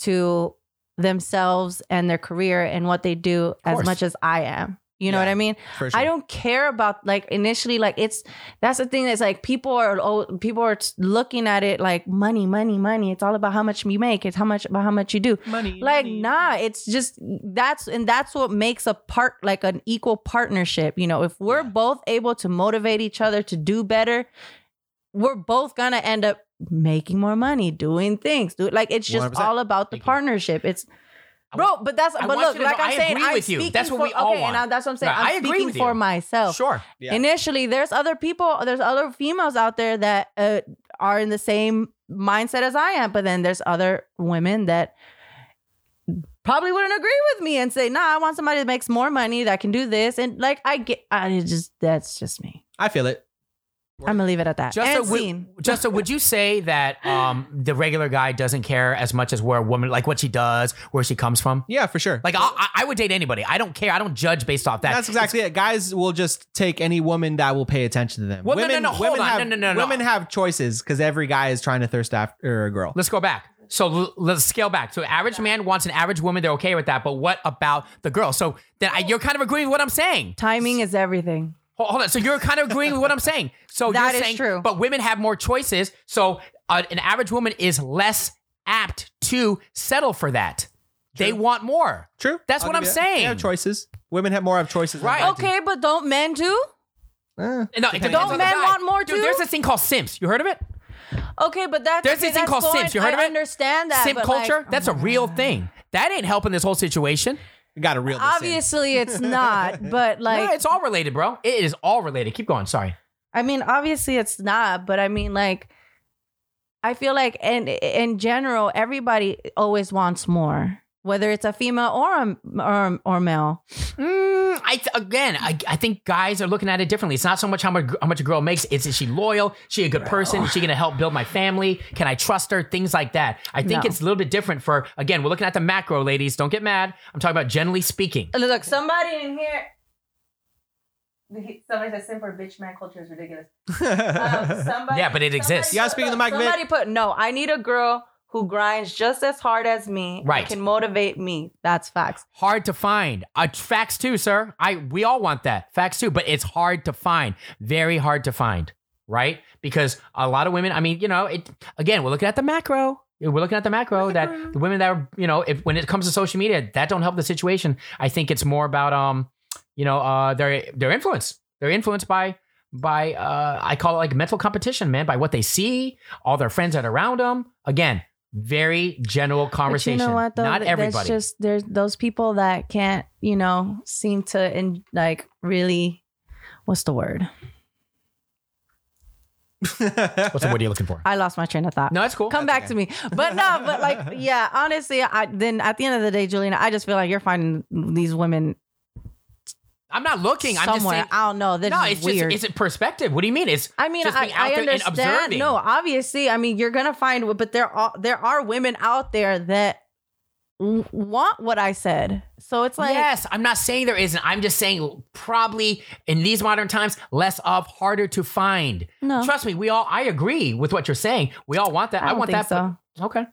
D: to themselves and their career and what they do as
B: course.
D: much as I am. You know
C: Yeah,
D: what I mean?
C: for sure.
D: I don't care about like initially like it's that's the thing that's like people are oh, people are t- looking at it like money, money, money. It's all about how much you make. It's how much about how much you do
C: money.
D: like nah it's just that's and that's what makes a part like an equal partnership you know if we're both able to motivate each other to do better we're both gonna end up making more money doing things do like it's just
C: 100%.
D: all about the
B: Thank you.
D: partnership it's
B: I
D: bro but that's
B: I
D: but
B: want
D: look
B: you to
D: like
B: know
D: i'm
B: I
D: saying
B: agree
D: i'm
B: with you.
D: speaking
B: That's what
D: for,
B: we all
D: okay,
B: want.
D: and I- that's what i'm saying
B: Right, I
D: i'm
B: agree
D: speaking
B: with
D: for
B: you.
D: myself
B: sure.
C: Yeah.
D: initially there's other people there's other females out there that uh, are in the same mindset as i am but then there's other women that probably wouldn't agree with me and say nah i want somebody that makes more money that can do this and like i get i it's just that's just me
C: I feel it.
D: i'm gonna leave it at that
B: Just
D: and
B: would,
D: scene.
B: Justa, would you say that um, the regular guy doesn't care as much as where a woman, like what she does, where she comes from?
C: Yeah, for sure.
B: Like, I, I- I would date anybody. I don't care. I don't judge based off that.
C: That's exactly it. Guys will just take any woman that will pay attention to them.
B: Well, no, no,
C: women,
B: no, hold
C: women
B: on.
C: have
B: No, no, no, no.
C: women have choices because every guy is trying to thirst after a girl.
B: Let's go back. So l- let's scale back. So average man wants an average woman. They're okay with that. But what about the girl? So then I, you're kind of agreeing with what I'm saying.
D: timing is everything
B: Hold, hold on. So you're kind of agreeing with what I'm saying. So
D: That
B: you're
D: is
B: saying,
D: true.
B: But women have more choices. So uh, an average woman is less apt to settle for that. They want more.
C: True.
B: That's
C: I'll
B: what
C: give
B: I'm
C: you that.
B: saying.
C: They have choices. Women have more of choices. than
B: Right.
C: guys do.
D: okay but don't men do
C: Eh.
B: No, it depends
C: Don't
B: on the
D: men
B: guy.
D: want more
B: Dude,
D: too?
B: There's this thing called simps. You heard of it?
D: Okay, but that's
B: There's
D: okay,
B: this thing
D: that's
B: called
D: fine.
B: simps. You heard of
D: I
B: it?
D: Understand that
B: Simp
D: but, like, uh-huh. mm.
B: culture? That's a real thing. That ain't helping this whole situation.
C: Got to reel this
D: Obviously, it's not. But like,
B: no, it's all related, bro. It is all related. Keep going. Sorry.
D: I mean, obviously it's not, but I mean, like, I feel like, and in general, everybody always wants more, whether it's a female or a, or or male.
B: Mm, I th- again, I, I think guys are looking at it differently. It's not so much how much how much a girl makes. It's is she loyal? Is she a good person? Is she going to help build my family? Can I trust her? Things like that. I think
D: No.
B: it's a little bit different for again. We're looking at the macro, ladies. Don't get mad. I'm talking about generally speaking.
D: Look, somebody in here. Somebody said simp or bitch man culture is ridiculous. Um,
C: in.
D: somebody,
B: Yeah, but it exists.
C: You gotta speak in the mic, Vic.
D: Somebody put no. I need a girl who grinds just as hard as me. and
B: Right.
D: Can motivate me. That's facts.
B: Hard to find. Uh, facts too, sir. I we all want that. Facts too, but it's hard to find. Very hard to find, right? Because a lot of women, I mean, you know, it again, we're looking at the macro. We're looking at the macro that the women that are, you know, if when it comes to social media, that don't help the situation. I think it's more about um, you know, uh their their influence. They're influenced by by uh I call it like mental competition, man, by what they see, all their friends that are around them. Again, very general conversation.
D: But you know what, though?
B: Not
D: Th-
B: everybody.
D: That's just there's those people that can't, you know, seem to in, like really. What's the word?
B: What's the word you're looking for?
D: I lost my train of thought.
B: No, that's cool.
D: Come back to me. But no, but like, yeah, honestly, I then at the end of the day, Juliana, I just feel like you're finding these women
B: I'm not looking. I'm just
D: somewhere.
B: saying.
D: I don't know. They're
B: no,
D: just
B: it's
D: weird.
B: just it's a perspective. What do you mean? It's
D: I mean,
B: just
D: I,
B: being out
D: I
B: there and
D: understand.
B: observing.
D: No, obviously, I mean, you're gonna find, but there are there are women out there that w- want what I said. So it's like,
B: yes. I'm not saying there isn't. I'm just saying probably in these modern times, less of, harder to find.
D: no,
B: Trust me, we all. I agree with what you're saying. We all want that.
D: I,
B: I,
D: don't
B: want that.
D: think So
B: but- okay.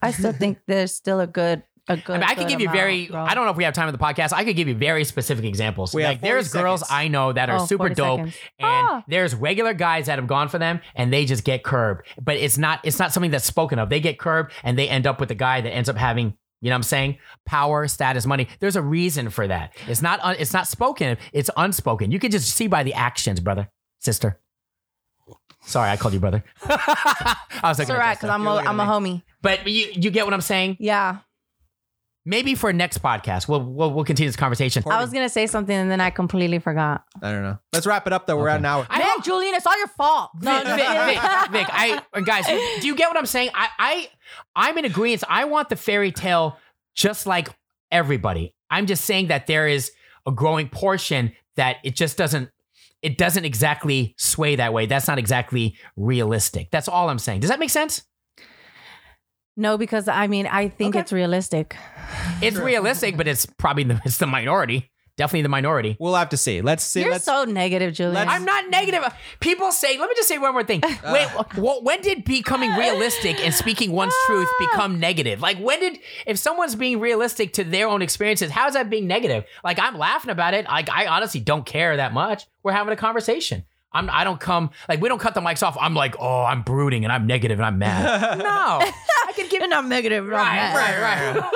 D: I still think there's still a good a good.
B: I mean, I could
D: good
B: give you
D: amount,
B: very.
D: bro.
B: I don't know if we have time in the podcast. I could give you very specific examples.
C: We have
B: like there's
C: 40
B: girls
C: seconds.
B: I know that are
D: Oh,
B: super
D: 40
B: dope,
D: seconds.
B: and
D: Ah.
B: there's regular guys that have gone for them, and they just get curbed. But it's not. It's not something that's spoken of. They get curbed, and they end up with the guy that ends up having. You know what I'm saying? Power, status, money. There's a reason for that. It's not. Un, it's not spoken. It's unspoken. You can just see by the actions, brother, sister. Sorry, I called you brother. I was like,
D: It's alright because I'm a,
C: You're looking
D: I'm a
C: at
D: homie.
B: but you you get what I'm saying.
D: Yeah,
B: Maybe for next podcast, we'll we'll, we'll continue this conversation.
D: I was gonna say something and then I completely forgot.
C: I don't know. Let's wrap it up though. We're at an hour.
B: I
D: Man,
B: hope-
D: Julian, it's all your fault. No,
B: Vic, Vic, Vic, Vic, I guys, do you get what I'm saying? I, I I'm in agreement. I want the fairy tale just like everybody. I'm just saying that there is a growing portion that it just doesn't it doesn't exactly sway that way. That's not exactly realistic. That's all I'm saying. Does that make sense?
D: no, because I mean, I think
B: Okay.
D: it's realistic.
B: It's realistic, but it's probably the, it's the minority. Definitely the minority.
C: We'll have to see. Let's see.
D: You're
C: Let's
D: so negative, Julian.
B: I'm not negative. People say, let me just say one more thing. Wait, wh- when did becoming realistic and speaking one's truth become negative? Like, when did, if someone's being realistic to their own experiences, how's that being negative? Like, I'm laughing about it. Like, I honestly don't care that much. We're having a conversation. I'm, I don't come, like, we don't cut the mics off. I'm like, oh, I'm brooding and I'm negative and I'm mad. no.
D: I can give. I'm negative. I'm
B: Right,
D: not.
B: right, right.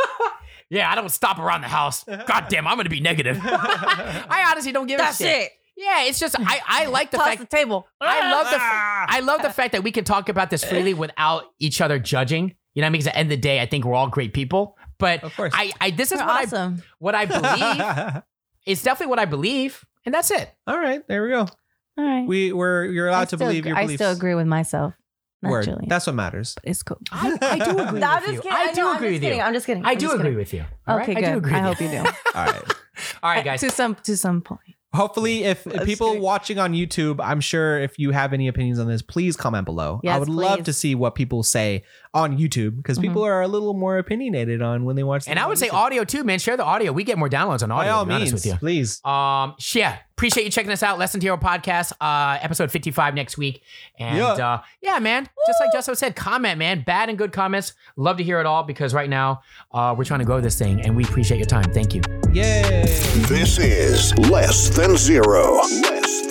B: yeah, I don't stop around the house. God damn, I'm going to be negative. I honestly don't give
D: That's
B: a shit.
D: it.
B: Yeah, it's just, I, I like the
D: Toss
B: fact
D: the table.
B: I love the
C: Ah.
B: f- I love the fact that we can talk about this freely without each other judging. You know what I mean? 'Cause at the end of the day, I think we're all great people. But
C: Of course.
B: I, I this is
D: You're
B: what I
D: awesome.
B: what I believe. it's definitely what I believe, and that's it.
C: All right, there we go.
D: All right.
C: We were you're allowed
D: I
C: to
D: still
C: believe
D: ag-
C: your
D: I
C: beliefs.
D: still agree with myself. Not
C: Word.
D: Julian.
C: That's what matters.
D: it's cool.
B: I, I do agree with you. I do agree with you.
D: I'm just kidding.
B: I do agree with you. All right?
D: Okay,
B: I do
D: good.
B: agree.
D: I
B: with
D: hope you do.
C: All right.
B: All right, guys.
D: Uh, to some to some point.
C: Hopefully, if if
D: Let's
C: people
D: see.
C: watching on YouTube, I'm sure if you have any opinions on this, please comment below. I
D: Yes,
C: would love
D: please. Mm-hmm.
C: to see what people say on YouTube because people are a little more opinionated on when they watch.
B: And
C: things
B: I
C: on
B: would say
C: YouTube.
B: audio too, man. Share the audio. We get more downloads on
C: by
B: audio.
C: all
B: to be
C: means,
B: honest with you.
C: please.
B: Um, sh- yeah, appreciate you checking us out. Lesson to Hero podcast, uh, episode 55 next week. And
C: Yeah.
B: uh, yeah, man, just like Justo said, comment, man. Bad and good comments. Love to hear it all because right now uh, we're trying to grow this thing and we appreciate your time. Thank you.
C: Yay.
A: This is Less Than Zero. Less